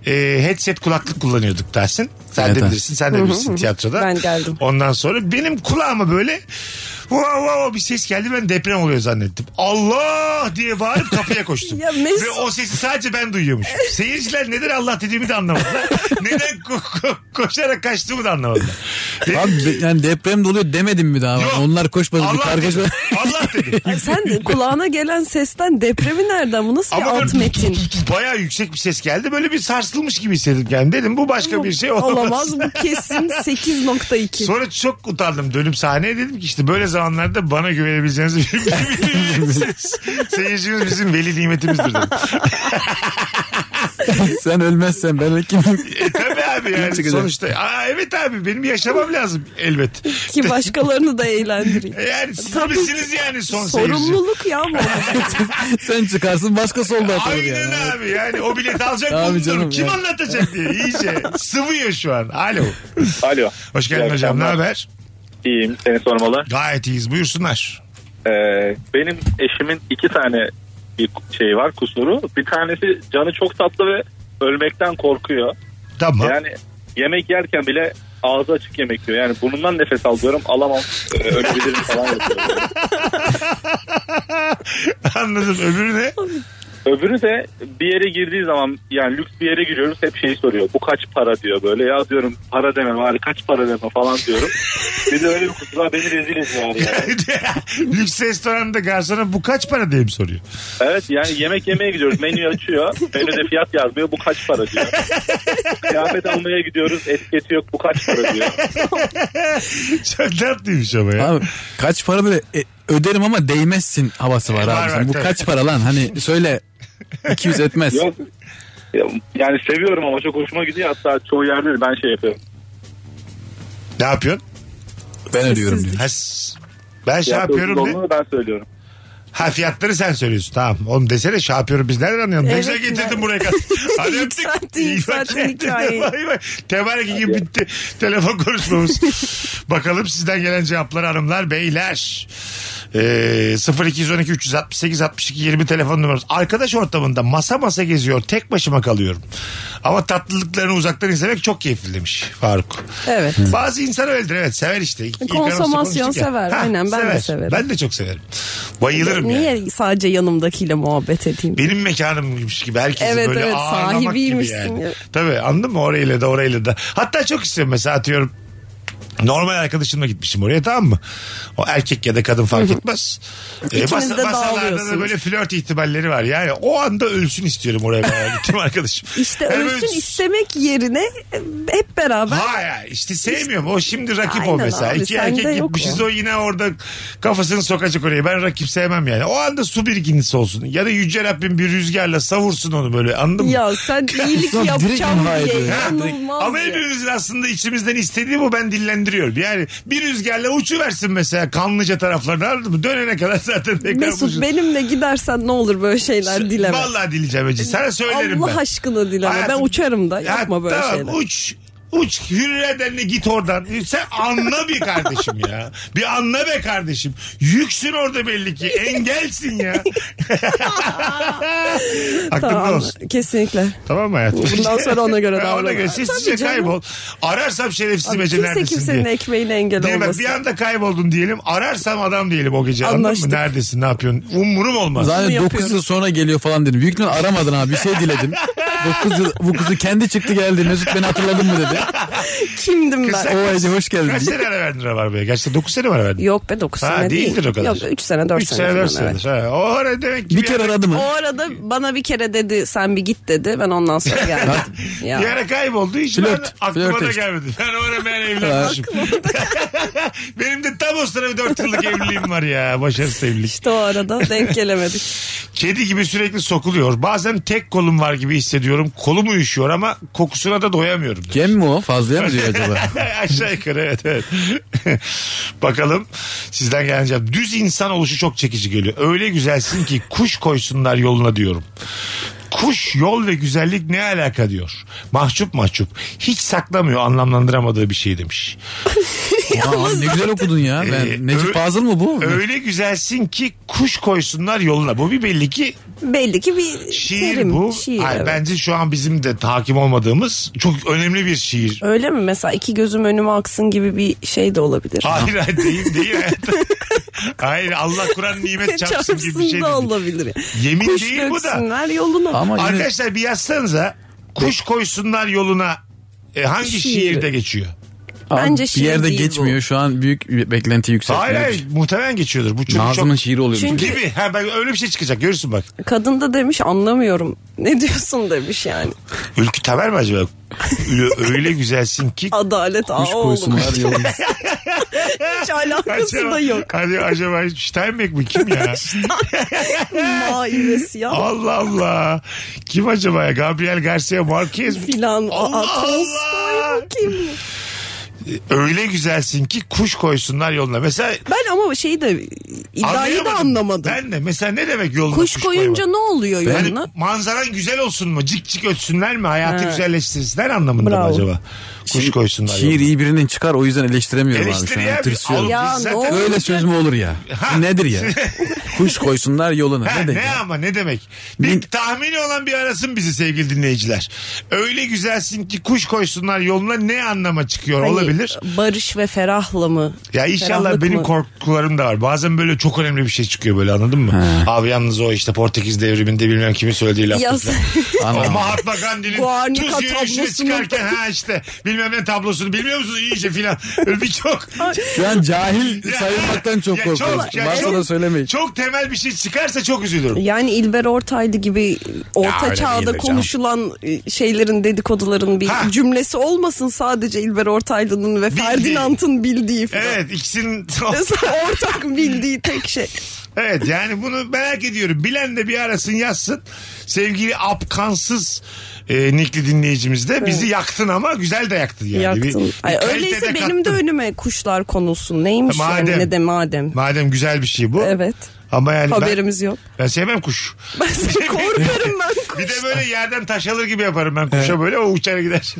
B: e, headset kulaklık kullanıyorduk Tahsin. Sen
D: Evet,
B: de
D: ha.
B: bilirsin, sen de bilirsin tiyatroda.
C: Ben geldim.
B: Ondan sonra benim kulağıma böyle wow wow bir ses geldi ben deprem oluyor zannettim. Allah diye bağırıp kapıya koştum.
C: Ya Mesut-
B: Ve o sesi sadece ben duyuyormuş. Seyirciler neden Allah dediğimi de anlamadılar. neden ko- ko- koşarak kaçtığımı da anlamadılar.
D: Abi de- yani deprem de oluyor demedim mi daha?
B: Yok.
D: Onlar koşmadı bir
B: Allah
D: kargaşa.
B: dedi. Allah dedi.
C: Ay sen de kulağına gelen sesten depremi nereden bu nasıl bir
B: Ama
C: alt
B: [laughs] böyle
C: metin?
B: Bayağı yüksek bir ses geldi. Böyle bir sarsılmış gibi hissettim kendimi. Dedim bu başka bir şey olamaz.
C: Olamaz
B: [laughs]
C: bu kesin 8.2.
B: Sonra çok utandım dönüp sahneye dedim ki işte böyle zamanlarda bana güvenebileceğinizi bilmiyorsunuz. [laughs] Seyircimiz bizim veli nimetimizdir dedim.
D: [laughs] Sen ölmezsen ben kimim?
B: [laughs] E, tabii abi yani
D: Çıkacak.
B: sonuçta. Aa, evet abi benim yaşamam lazım elbet. E,
C: Ki başkalarını
B: [laughs]
C: da eğlendireyim.
B: Yani siz
C: Tabii ki.
B: misiniz yani son seyirci?
C: Sorumluluk ya
B: [laughs]
C: bu.
D: Sen çıkarsın başkası oldu atılır
B: Aynen
D: yani.
B: abi yani o bilet alacak
D: Abi
B: bulunur.
D: canım
B: Kim
D: ya.
B: anlatacak diye iyice sıvıyor şu an. Alo.
G: Alo.
B: Hoş geldin
G: İyi
B: hocam ne
G: akşamlar.
B: haber?
G: İyiyim seni sormalı.
B: Gayet iyiyiz buyursunlar.
G: Ee, benim eşimin iki tane bir şey var kusuru. Bir tanesi canı çok tatlı ve ölmekten korkuyor.
B: Tamam.
G: Yani yemek yerken bile ağzı açık yemek yiyor. Yani burnundan nefes alıyorum alamam Ee, ölebilirim falan yapıyor.
B: [laughs] Anladım öbürü
C: [laughs]
B: ne? [laughs]
G: Öbürü de bir yere girdiği zaman yani lüks bir yere giriyoruz hep şeyi soruyor. Bu kaç para diyor böyle ya diyorum para deme var kaç para deme falan diyorum. bir de öyle bir kusur var, beni rezil ediyor yani.
B: Lüks restoranda garsona bu kaç para diye mi soruyor?
G: Evet yani yemek yemeye gidiyoruz. Menüyü açıyor. Menüde fiyat yazmıyor. Bu kaç para diyor. Kıyafet almaya gidiyoruz. Etiketi yok. Bu kaç para diyor.
B: Çok tatlıymış ama ya.
D: Abi kaç para böyle e, öderim ama değmezsin havası var
B: E, Var,
D: abi.
B: var,
D: Sen, bu
B: tabii.
D: kaç para lan hani söyle 200 etmez.
G: Yok. Yani seviyorum ama çok hoşuma gidiyor. Hatta çoğu yerde de ben şey yapıyorum.
B: Ne yapıyorsun?
D: Ben ödüyorum diyor.
B: Ha, s- ben şey
G: Fiyat
B: yapıyorum
G: uygun
B: de.
G: olduğunu Ben söylüyorum.
B: Ha fiyatları sen söylüyorsun. Tamam. Oğlum desene şey yapıyorum biz nereden anlayalım?
C: Evet,
B: ne güzel getirdin
C: ya.
B: buraya kadar. Hadi öptük.
C: Yükselttin,
B: İyi bak
C: yükselttin
B: kendine. [laughs]
C: hikayeyi.
B: Bay bay. Tebarek gibi bitti. Telefon konuşmamız. Bakalım sizden gelen cevaplar hanımlar beyler. Ee, 0212 368 62 20 telefon numaramız. Arkadaş ortamında masa masa geziyor. Tek başıma kalıyorum. Ama tatlılıklarını uzaktan izlemek çok keyifli demiş Faruk.
C: Evet.
B: Bazı insan öyledir evet sever işte. İlk- ilk
C: Konsomasyon
B: anonsta konuştuk ya.
C: sever. Aynen, ben de severim.
B: Ben de çok severim. Bayılırım
C: Niye
B: yani.
C: sadece yanımdakiyle muhabbet edeyim?
B: Benim mekanımmış gibi herkesi
C: Evet,
B: böyle
C: evet,
B: ağırlamak gibi
C: sahibiymişsin
B: yani.
C: gibi.
B: Tabii anladın mı orayla da orayla da. Hatta çok istiyorum mesela atıyorum normal arkadaşımla gitmişim oraya tamam mı? O erkek ya da kadın fark etmez. Ee,
C: İkiniz
B: masa-
C: de
B: masalarda da
C: dağılıyorsunuz.
B: böyle flört ihtimalleri var. Yani o anda ölsün istiyorum oraya ben [laughs] gittim arkadaşım.
C: İşte
B: Yani böyle
C: ölsün istemek yerine e, hep beraber
B: Ha ya işte sevmiyorum. O şimdi rakip o
C: Aynen
B: mesela.
C: abi,
B: İki
C: sende
B: erkek
C: yok
B: gitmişiz
C: o.
B: o yine orada kafasını sokacak oraya. Ben rakip sevmem yani. O anda su birikintisi olsun. Ya da Yüce Rabbim bir rüzgarla savursun onu böyle anladın mı?
C: ya sen iyilik
J: Direkt
C: yapacağım
J: imha
C: diye
J: ediyor ya.
C: inanılmaz.
B: Ama
C: ya.
B: hepimizin aslında içimizden istediği bu ben dillendiriyorum. Yani bir rüzgarla uçuversin mesela kanlıca taraflarına anladın mı? Dönene kadar zaten tekrar buluşuruz.
C: Mesut benimle gidersen ne olur böyle şeyler dileme.
B: Vallahi dileyeceğim Ece. Sana söylerim
C: Allah
B: ben.
C: aşkına dileme.
B: Hayatım-
C: ben uçarım da
B: Ya
C: yapma böyle
B: tamam,
C: şeyler.
B: Uç uç hürreden git oradan. Sen anla bir kardeşim ya. Bir anla be kardeşim. Yüksün orada belli ki. Engelsin
C: [laughs]
B: ya. Aklında
C: Tamam,
B: olsun.
C: kesinlikle.
B: Tamam mı hayatım?
C: Bundan sonra ona göre
B: Ha, Ona
C: davran.
B: göre
C: Tabii
B: sessizce
C: canım.
B: kaybol. Ararsam şerefsiz
C: Abi
B: Ece
C: kimse
B: neredesin
C: kimsenin
B: diye.
C: ekmeğine engel
B: Değil mi? Bak
C: olmasın.
B: bir anda kayboldun diyelim. Ararsam adam diyelim o gece. Anladın mı?
C: Anlaştık.
B: Neredesin? Ne yapıyorsun? Umurum olmaz.
D: Zaten
C: yapıyorum.
D: 9 yıl sonra geliyor falan dedim. Büyük ihtimal aramadın abi bir şey
B: [laughs]
D: diledim. 9 yıl bu kuzu kendi çıktı geldi. Mesut beni hatırladın mı dedi.
C: Kimdim
B: Kız-
C: ben?
D: O Ece hoş
B: Kaç
D: geldin.
B: sene ara verdin Rabarba'ya? Gerçekten 9 sene mi ara verdin?
C: Yok be 9
B: Ha,
C: sene
B: değildir
C: değil.
B: o kadar.
C: Yok 3 sene 4
B: Üç
C: sene.
B: dört
C: falan, evet.
B: senedir. Ha, o ara demek ki
D: Bir kere
B: ara,
D: aradı
C: O
D: mı?
C: arada bana bir kere dedi sen bir git dedi. Ben
B: [laughs]
C: ondan sonra geldim.
B: bir ara kayboldu. Hiç
D: Flört,
B: ben- aklıma
D: flört
B: da
D: işte.
B: gelmedi. Ben o ara ben evlenmişim. [laughs] Benim de tam o sırada 4 yıllık evliliğim var ya. Başarısız evlilik.
C: İşte o arada denk gelemedik.
B: Kedi gibi sürekli sokuluyor. Bazen tek kolum var gibi hissediyorum. Kolum uyuşuyor ama kokusuna da doyamıyorum.
D: Gem mi o? Fazlaya
B: [laughs]
D: mı diyor acaba?
B: Aşağı yukarı evet evet. [laughs] Bakalım sizden geleceğim. Düz insan oluşu çok çekici geliyor. Öyle güzelsin ki kuş koysunlar yoluna diyorum. Kuş yol ve güzellik ne alaka diyor. Mahcup mahcup. Hiç saklamıyor anlamlandıramadığı bir şey demiş.
D: Aa, ne güzel okudun ya.
B: Ee,
D: Ben,
B: ö-
D: Necip Fazıl mı bu?
B: Öyle güzelsin ki kuş koysunlar yoluna. Bu bir belli ki
C: Belli ki bir
B: şiir
C: terim.
B: bu.
C: Şiir,
B: Hayır,
C: evet.
B: Bence şu an bizim de hakim olmadığımız çok önemli bir
C: [laughs]
B: şiir.
C: Öyle mi? Mesela iki gözüm önüme aksın gibi bir şey de olabilir. [laughs]
B: Hayır hayır değil değil. hayatım. hayır Allah Kur'an nimet çarpsın gibi bir şey değil.
C: da olabilir.
B: Yemin
C: Kuş
B: değil bu da.
C: göksünler yoluna.
D: Ama yine-
B: Arkadaşlar bir yazsanıza kuş koysunlar yoluna e, hangi
C: Şiir.
B: şiirde geçiyor?
D: Abi,
C: Bence
D: bir
C: şiir
D: yerde
C: değil bu.
D: geçmiyor. Şu an büyük bir beklenti yüksek.
B: Hayır
D: Yani
B: hayır muhtemelen geçiyordur. Bu çok
D: Nazım'ın
B: çok
D: şiiri oluyor.
C: Çünkü-
B: gibi. Ha, ben öyle bir şey çıkacak görürsün bak.
C: Kadın da demiş anlamıyorum. [laughs] Ne diyorsun demiş yani.
B: Ülkü Tamer mi acaba? Ö- öyle güzelsin
C: [laughs]
B: ki
C: Adalet
D: Kuş
C: ağa oğlum.
D: koysunlar
C: [laughs]
D: yoluna.
B: [laughs]
C: Hiç alakası da yok.
B: Hadi acaba Steinbeck mi kim ya?
C: [laughs] Maivesi ya.
B: Allah Allah. Kim acaba ya? Gabriel Garcia Marquez mi?
C: Filan.
B: Allah
C: Aa, Tolstoy
B: Allah.
C: mu kim?
B: Öyle güzelsin ki kuş koysunlar yoluna. Mesela
C: Ben ama şeyi de iddiayı da
B: Anlayamadım.
C: anlamadım.
B: Ben de mesela ne demek yoluna kuş,
C: kuş, koyunca
B: koymak?
C: ne oluyor
B: Yani
C: yanına?
B: manzaran güzel olsun mu? Cik cik ötsünler mi? Hayatı
C: Ha.
B: güzelleştirsinler anlamında mı
C: Bravo.
B: acaba? Kuş koysunlar
D: Şiir
B: yoluna.
D: iyi birinin çıkar o yüzden eleştiremiyorum abi
B: Eleştiri
D: şu an.
B: ya.
D: Tırsıyorum.
C: Ya
B: biz
C: ne
B: zaten-
C: olur.
D: Öyle söz mü
B: [laughs]
D: olur ya? Nedir ya? Kuş koysunlar yoluna.
B: Ha,
D: ne
B: ne
D: demek? ya?
B: ama ne demek? Bir
D: Ne-
B: tahmini olan bir arasın bizi sevgili dinleyiciler. Öyle güzelsin ki kuş koysunlar yoluna ne anlama çıkıyor
C: Hani
B: olabilir?
C: Barış ve ferahla mı?
B: Ya inşallah
C: Ferahlık
B: benim
C: mı?
B: korkularım da var. Bazen böyle çok önemli bir şey çıkıyor böyle anladın mı? Abi yalnız o işte Portekiz devriminde bilmem kimin söylediği laf.
C: Ya sen-
D: Anam.
B: O Mahatma Gandhi'nin
C: Guarnica
B: tuz yürüyüşüne
C: tablosunu-
B: çıkarken ha işte bilmem ne tablosunu bilmiyor musunuz iyice filan. Öyle bir çok.
D: Şu an cahil sayılmaktan çok
B: Ya
D: korkuyorum.
B: çok- ya
D: Varsa
B: çok-
D: da söylemeyin.
B: Çok temel bir şey çıkarsa çok üzülürüm.
C: yani İlber Ortaylı gibi orta
B: öyle
C: çağda
B: değildir canım.
C: konuşulan e, şeylerin dedikoduların bir
B: Ha.
C: cümlesi olmasın sadece İlber Ortaylı'nın ve Ferdinand'ın bildiği falan.
B: Evet ikisinin [laughs]
C: [laughs] Ortak bildiği tek şey.
B: evet yani bunu merak ediyorum. Bilen de bir arasın yazsın. Sevgili apkansız e, Nikli dinleyicimiz de bizi yaktın ama güzel de yaktın yani.
C: Yaktın.
B: Bir-
C: Ay,
B: bir
C: öyleyse
B: kalitede
C: benim de
B: kattın.
C: önüme kuşlar konulsun. Neymiş
B: Madem.
C: yani ne de madem.
B: Madem güzel bir şey bu.
C: Evet.
B: Ama yani ben- [laughs]
C: Haberimiz yok.
B: Ben sevmem kuş. [laughs]
C: Korkarım ben
B: Bir de böyle yerden taş alır gibi yaparım ben kuşa böyle o uçar gider.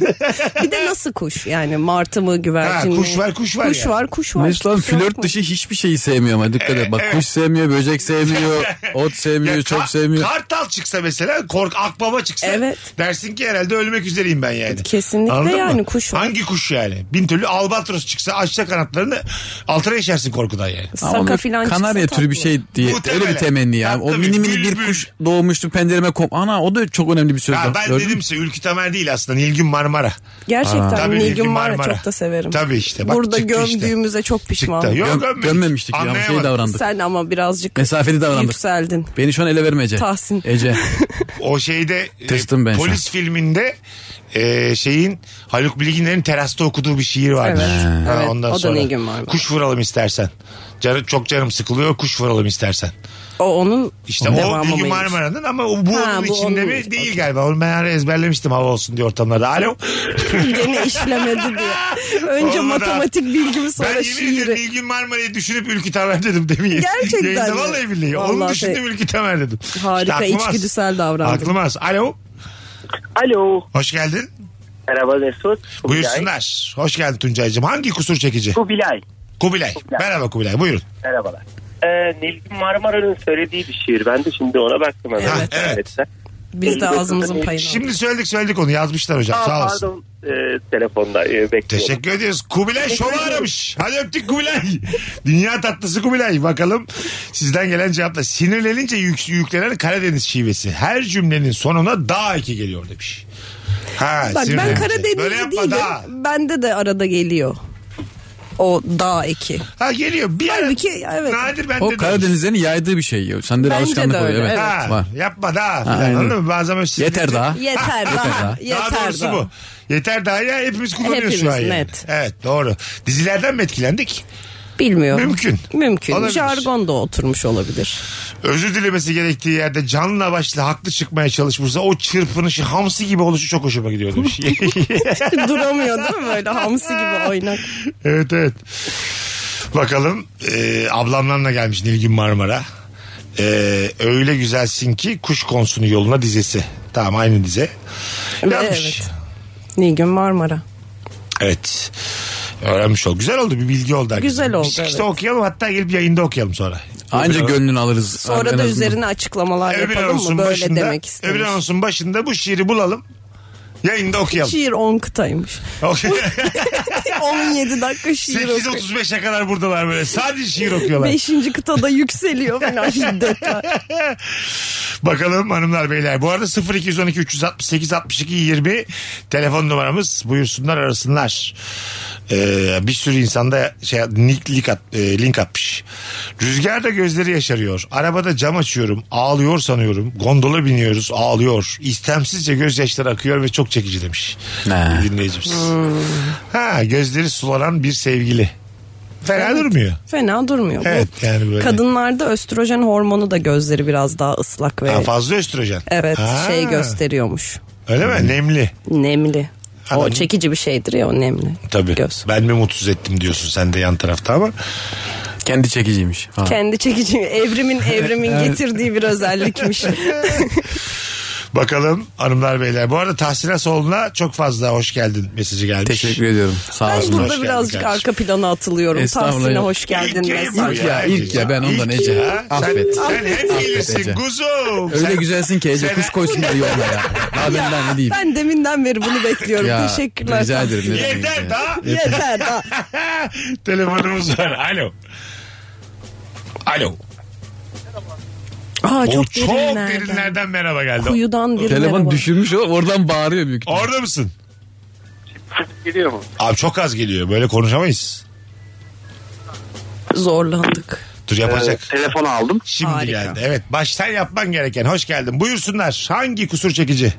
C: Bir de nasıl kuş yani martı mı güvercin
B: Ha,
C: mi?
B: kuş var, kuş var
C: Kuş
B: yani.
C: var kuş var.
D: Mesut abi
C: Kusura
D: flört
C: bakma.
D: dışı hiçbir şeyi sevmiyor ama dikkat et. Bak kuş sevmiyor, böcek sevmiyor, ot
B: [laughs]
D: sevmiyor,
B: Ya
D: çok
B: ka-
D: sevmiyor.
B: Kartal çıksa mesela kork akbaba çıksa
C: Evet.
B: dersin ki herhalde ölmek üzereyim ben yani.
C: Kesinlikle yani kuş var.
B: Hangi kuş yani? Bin türlü albatros çıksa açsa kanatlarını altına işersin korkudan yani.
C: Saka filan
D: kanarya
C: çıksa
D: türü bir
C: tatlı.
D: şey diye
B: Muhtemelen.
D: öyle bir temenni ya.
B: Tabii,
D: O
B: tabii.
D: mini mini bir
B: Bülbül.
D: kuş doğmuştu pencereme kom. Ana o da çok önemli bir söz.
B: Ya
D: bak,
B: ben
D: gördün mü?
B: dedim size Ülkü Tamer değil aslında Nilgün Marmara.
C: Gerçekten
B: Tabii, Nilgün
C: Nilgün Marmara
B: Marmara.
C: çok da severim.
B: Tabii işte, bak
C: Burada
B: çıktı işte.
C: gömdüğümüze çok pişman.
B: Çıktı. Yok
D: Göm-
B: gömmedik.
D: gömmemiştik ya, ama şey
B: Anlayamadım.
D: davrandık.
C: Sen ama birazcık
D: Mesafeli davrandık.
C: yükseldin.
D: Beni şu an ele verme Ece.
C: Tahsin. [laughs]
D: Ece.
B: O şeyde e,
D: Tırstım ben şu an.
B: polis filminde e, şeyin Haluk Bilginer'in terasta okuduğu bir şiir vardır.
C: Evet.
B: Ha,
C: Evet,
B: Ondan
C: o da
B: sonra
C: Nilgün Marmara.
B: kuş vuralım istersen. Canı, çok canım sıkılıyor kuş vuralım istersen.
C: O onun
B: İşte o
C: devamı
B: Nilgün
C: mıymış?
B: Marmara'nın ama o- bu
C: Ha,
B: onun
C: bu
B: içinde
C: onun
B: mi?
C: içinde.
B: Değil galiba. Onu ben ara ezberlemiştim hava olsun diye ortamlarda. Alo.
C: Gene işlemedi diye. Önce
B: Olmadı.
C: matematik bilgimi sonra
B: [laughs] ben yemin ederim
C: şiiri.
B: Nilgün Marmara'yı düşünüp Ülkü Tamer dedim demeyin. [laughs]
C: Gerçekten
B: Yayında
C: mi?
B: vallahi billahi. Onu
C: Vallahi
B: düşündüm
C: şey-
B: Ülkü Tamer dedim.
C: Harika,
B: aklım az.
C: içgüdüsel davrandın.
B: Aklım az. Alo.
E: Alo.
B: Hoş geldin.
E: Merhaba Mesut. Kubilay.
B: Buyursunlar. Hoş geldin Tuncay'cığım. Hangi kusur çekici?
E: Kubilay.
B: Kubilay. Merhaba Kubilay. Buyurun.
E: Merhabalar. Ee, Nilgün Marmara'nın söylediği bir şiir. Ben de şimdi ona baktım hemen.
B: Evet. Evet.
C: Biz de ağzımızın payını aldık.
B: Şimdi söyledik söyledik onu yazmışlar hocam.
E: Aa,
B: Sağ olasın.
E: pardon. Ee, telefonda e, bekliyorum.
B: Teşekkür ediyoruz. Kubilay şovu aramış. Hadi öptük Kubilay. [laughs] Dünya tatlısı Kubilay. Bakalım sizden gelen cevapla. Sinirlenince yük, yüklenen Karadeniz şivesi. Her cümlenin sonuna daha iki geliyor demiş. Ha,
C: Bak ben
B: sinirlenince. Böyle
C: Karadenizli
B: yapma
C: değilim.
B: daha.
C: Bende de arada geliyor. O dağ eki.
B: Ha geliyor. Bir ara.
C: Halbuki, evet.
B: Nadir bende
D: O
B: de-
D: Karadenizlerin yaydığı bir şey. ya. Sende de
C: Bence de
D: alışkanlık
C: öyle,
D: oluyor. Evet.
B: Ha,
D: Var.
B: yapma daha. filan,
D: Aynen.
B: Anladın mı? Bazen böyle
D: Yeter
B: sinirlenince-
D: daha.
C: [laughs] Yeter daha.
D: daha.
C: Yeter
B: Ah, daha doğrusu
C: daha.
B: bu. Yeter daha ya hepimiz kullanıyoruz şu
C: Hepimiz,
B: an. yani.
C: net.
B: Evet doğru. Dizilerden mi etkilendik?
C: Bilmiyorum.
B: Mümkün.
C: Mümkün.
B: Olabilir.
C: Jargon da oturmuş olabilir.
B: Özür dilemesi gerektiği yerde canla başla haklı çıkmaya çalışmışsa o çırpınışı hamsi gibi oluşu çok hoşuma gidiyor demiş.
C: [laughs]
B: [laughs]
C: Duramıyor değil mi böyle hamsi gibi oynak.
B: evet evet. Bakalım e, ablamdan da gelmiş Nilgün Marmara. E, öyle güzelsin ki kuş konsunu yoluna dizesi. Tamam aynı dize. Yapmış.
C: Evet. Nilgün Marmara.
B: Evet. Öğrenmiş ol. Güzel oldu bir bilgi oldu. hakikaten.
C: Güzel oldu,
B: Biz işte
C: evet.
B: okuyalım hatta gelip yayında okuyalım sonra.
D: Anca gönlünü alırız.
C: Sonra
D: En
C: da
D: azından.
C: üzerine açıklamalar
B: Öbür
C: yapalım
B: anonsun
C: mı? Böyle
B: başında,
C: demek
B: öbür
C: istemiş.
B: anonsun başında bu şiiri bulalım. Yayında okuyalım.
C: [laughs] Şiir
B: [laughs]
C: 10 kıtaymış.
B: Okey.
C: 17 dakika [laughs] şiir okuyor.
B: 8.35'e kadar buradalar böyle. Sadece şiir okuyorlar.
C: Beşinci kıtada
B: [laughs]
C: yükseliyor falan şiddetler.
B: Bakalım hanımlar beyler. Bu arada 0212 368 62 20 telefon numaramız. Buyursunlar arasınlar. Ee, bir sürü insanda şey, link, link, at, e, link atmış. Rüzgarda gözleri yaşarıyor. Arabada cam açıyorum. Ağlıyor sanıyorum. Gondola biniyoruz. Ağlıyor. İstemsizce gözyaşları akıyor ve çok çekici demiş.
D: Ne?
B: Dinleyicimiz. Ha, gözleri sulanan bir sevgili. Fena durmuyor.
C: Fena durmuyor. Bu
B: Evet yani böyle.
C: Kadınlarda östrojen hormonu da gözleri biraz daha ıslak ve
B: Ha, fazla östrojen.
C: evet
B: Ha,
C: şey gösteriyormuş.
B: Öyle mi? Nemli.
C: Nemli.
B: Adamın-
C: O çekici bir şeydir ya o nemli.
B: Tabii.
C: Göz.
B: Ben mi mutsuz ettim diyorsun sen de yan tarafta ama.
D: Kendi çekiciymiş. falan.
C: Kendi çekici evrimin evrimin getirdiği
B: [laughs]
C: bir özellikmiş.
B: Bakalım hanımlar beyler. Bu arada Tahsina Solun'a çok fazla hoş geldin mesajı gelmiş.
D: Teşekkür ediyorum. Sağ
C: ben
B: hoş
D: olsun.
C: burada
B: geldin
C: birazcık
B: kardeşim.
C: arka plana atılıyorum.
D: Estağfurullah.
C: Tahsin'e hoş geldin
B: İlk
C: mesaj.
B: ya,
D: ilk ya, ben ondan
B: İlk
D: Ece.
B: ya.
D: Affet.
B: Sen, sen hep gelirsin
D: Ece.
B: kuzum.
D: Öyle
B: Sen-
D: güzelsin ki Ece
B: Sen-
D: kuş koysunlar yoluna ya. Daha benden ne diyeyim.
C: Ben deminden beri bunu bekliyorum.
D: [laughs] Ya,
C: Teşekkürler.
D: rica
C: Tahsin.
D: ederim.
B: Yeter daha.
C: [laughs] Yeter daha.
B: [laughs] Telefonumuz var. Alo. Alo.
C: Aa,
B: Çok,
C: çok,
B: o, çok
C: derinlerden.
B: derinlerden merhaba geldi.
C: Kuyudan bir
D: Telefon
C: merhaba.
D: düşürmüş o oradan bağırıyor büyük ihtimal.
B: Orada mısın?
H: Geliyor mu?
B: Abi çok az geliyor. Böyle konuşamayız.
C: Zorlandık.
B: Dur yapacak.
F: Telefon aldım.
B: Şimdi
C: Harika.
B: geldi. Evet baştan yapman gereken. Hoş geldin. Buyursunlar. Hangi kusur çekici?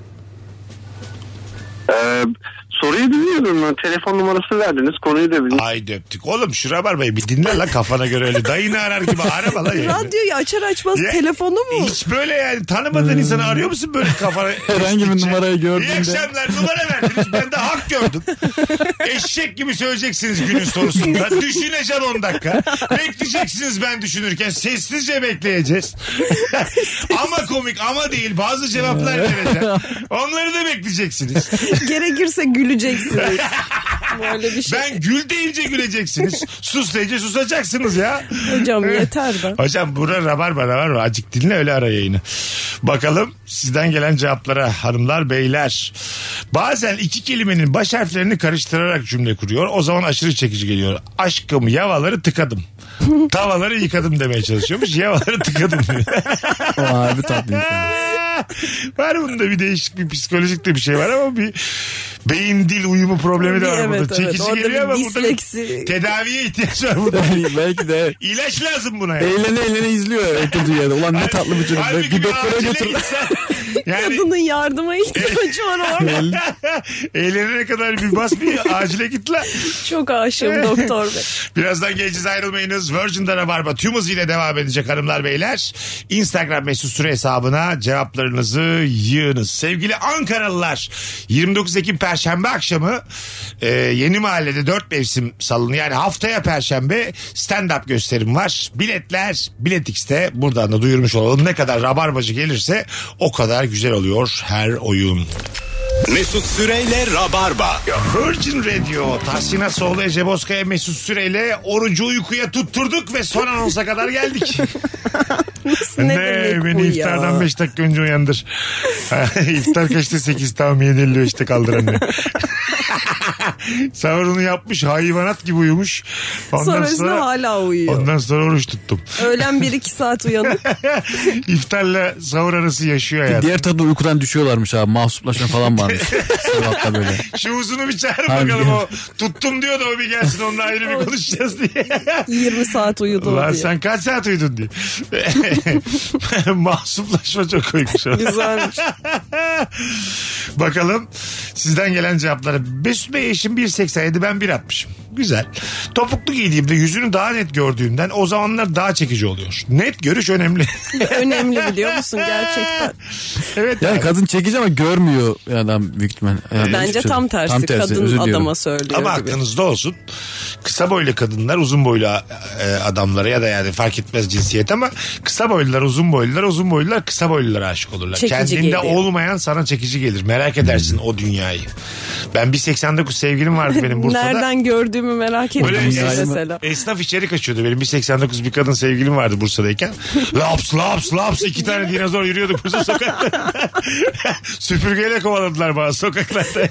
F: Ee, Soruyu bilmiyordum ben. Telefon numarası verdiniz. Konuyu da bilmiyordum.
B: Ay döptük. Oğlum şura var bey bir dinle la kafana göre öyle. Dayını arar gibi arama la yani.
C: Radyoyu açar açmaz
B: Ya-
C: telefonu mu?
B: Hiç böyle yani tanımadığın insanı arıyor musun böyle kafana?
D: Herhangi bir numarayı gördüğünde.
B: İyi akşamlar numara verdiniz. Ben de hak gördüm. Eşek gibi söyleyeceksiniz günün sorusunda. Düşüneceğim 10 dakika. Bekleyeceksiniz ben düşünürken. Sessizce bekleyeceğiz. ama komik ama değil. Bazı cevaplar vereceğim. Onları da bekleyeceksiniz.
C: [laughs] Gerekirse
B: [laughs]
C: güleceksiniz. Böyle bir şey.
B: Ben gül deyince
C: [laughs]
B: güleceksiniz. Sus deyince susacaksınız ya.
C: Hocam yeter be.
B: Hocam bura rabarba rabarba. Acık dinle öyle ara yayını. Bakalım sizden gelen cevaplara hanımlar beyler. Bazen iki kelimenin baş harflerini karıştırarak cümle kuruyor. O zaman aşırı çekici geliyor. Aşkım yavaları
C: [laughs]
B: tıkadım. Tavaları yıkadım demeye çalışıyormuş. Yavaları tıkadım diyor.
D: Abi tatlı. insan.
B: [laughs] var bunda bir değişik bir psikolojik de bir şey var ama bir beyin dil uyumu problemi de var
C: Evet,
B: burada.
C: evet.
B: Çekici
C: Orada
B: geliyor
C: bir
B: ama burada bir
C: disleksi.
B: tedaviye ihtiyaç var
C: [laughs]
B: burada.
D: Yani [laughs] belki de
B: İlaç lazım buna yani.
D: eğlene eğlene izliyor oturduğu yerde. Ulan ne tatlı bir çocuk.
B: Halbuki
D: Bir doktora
B: acile
D: götür.
C: [laughs]
B: gitsen- Yani
C: Kadının yardıma ihtiyacı
B: [laughs]
C: var orada.
B: eğlenene kadar bir bas bir acile git la.
C: Çok aşığım doktor bey.
B: Birazdan geleceğiz ayrılmayınız. Virgin'de Rabarba tüm hızıyla devam edecek hanımlar beyler. Instagram mesut süre hesabına cevaplarınızı yığınız. Sevgili Ankaralılar 29 Ekim Perşembe akşamı e, yeni mahallede 4 mevsim salonu yani haftaya Perşembe stand-up gösterim var. Biletler Biletix'te buradan da duyurmuş olalım. Ne kadar rabarbacı gelirse o kadar güzel oluyor her oyun.
A: Mesut Süreyle Rabarba.
B: Virgin Radio, Tahsina Soğlu, Ece Bozkaya, Mesut Süreyle orucu uykuya tutturduk ve son anonsa kadar geldik.
C: [laughs] Ne, demek bu
B: beni
C: ya?
B: iftardan 5 dakika önce uyandır. [laughs] İftar kaçta 8 tam 7.50 işte kaldır anne. [laughs] Sahurunu yapmış hayvanat gibi uyumuş. Ondan
C: Sonra üstüne hala uyuyor.
B: Ondan sonra oruç
C: [laughs]
B: tuttum.
C: Öğlen 1-2 saat uyanıp
B: İftarla sahur arası yaşıyor hayatım.
D: Diğer tadı uykudan düşüyorlarmış abi. Mahsuplaşma
B: [laughs]
D: falan varmış. Sevapta böyle.
B: Şu uzunu bir çağırın
D: Harbi.
B: bakalım o. Tuttum diyor da o bir gelsin onunla ayrı bir konuşacağız diye. [laughs]
C: 20 saat uyudu
B: Ulan
C: diye.
B: sen kaç saat uyudun diye. [laughs] Mahsuplaşma çok koymuş. [laughs]
C: Güzelmiş.
B: Bakalım sizden gelen cevapları. Mesut Bey eşim 1.87 ben 1.60'ım. Güzel. Topuklu giydiğimde yüzünü daha net gördüğümden o zamanlar daha çekici oluyor. Net görüş önemli. [laughs]
C: Önemli biliyor musun gerçekten?
B: evet.
D: Yani
B: abi.
D: kadın çekici ama görmüyor adam büyük ihtimal. Yani
C: Bence
D: hiçbir
C: tam
D: şey-
C: tersi.
D: özür
C: Kadın
D: diliyorum.
C: adama söylüyor
B: Ama
C: gibi.
B: aklınızda olsun. Kısa boylu kadınlar uzun boylu e, adamlara ya da yani fark etmez cinsiyet ama kısa boylular uzun boylular uzun boylular kısa boylulara aşık olurlar.
C: Çekici
B: Kendinde
C: geliyor.
B: olmayan sana çekici gelir. Merak edersin o dünyayı. Ben 1.89 sevgilim vardı
C: [laughs]
B: benim Bursa'da.
C: Nereden gördüğümü merak
B: Böyle
C: ediyorum
B: esnaf-
C: mesela.
B: esnaf içeri kaçıyordu benim. 1.89 bir kadın sevgilim vardı
C: [laughs]
B: Bursa'dayken. Laps laps laps iki tane dinozor yürüyordu Bursa
C: [laughs]
B: sokaklarında. Süpürgeyle kovaladılar bana sokaklarda.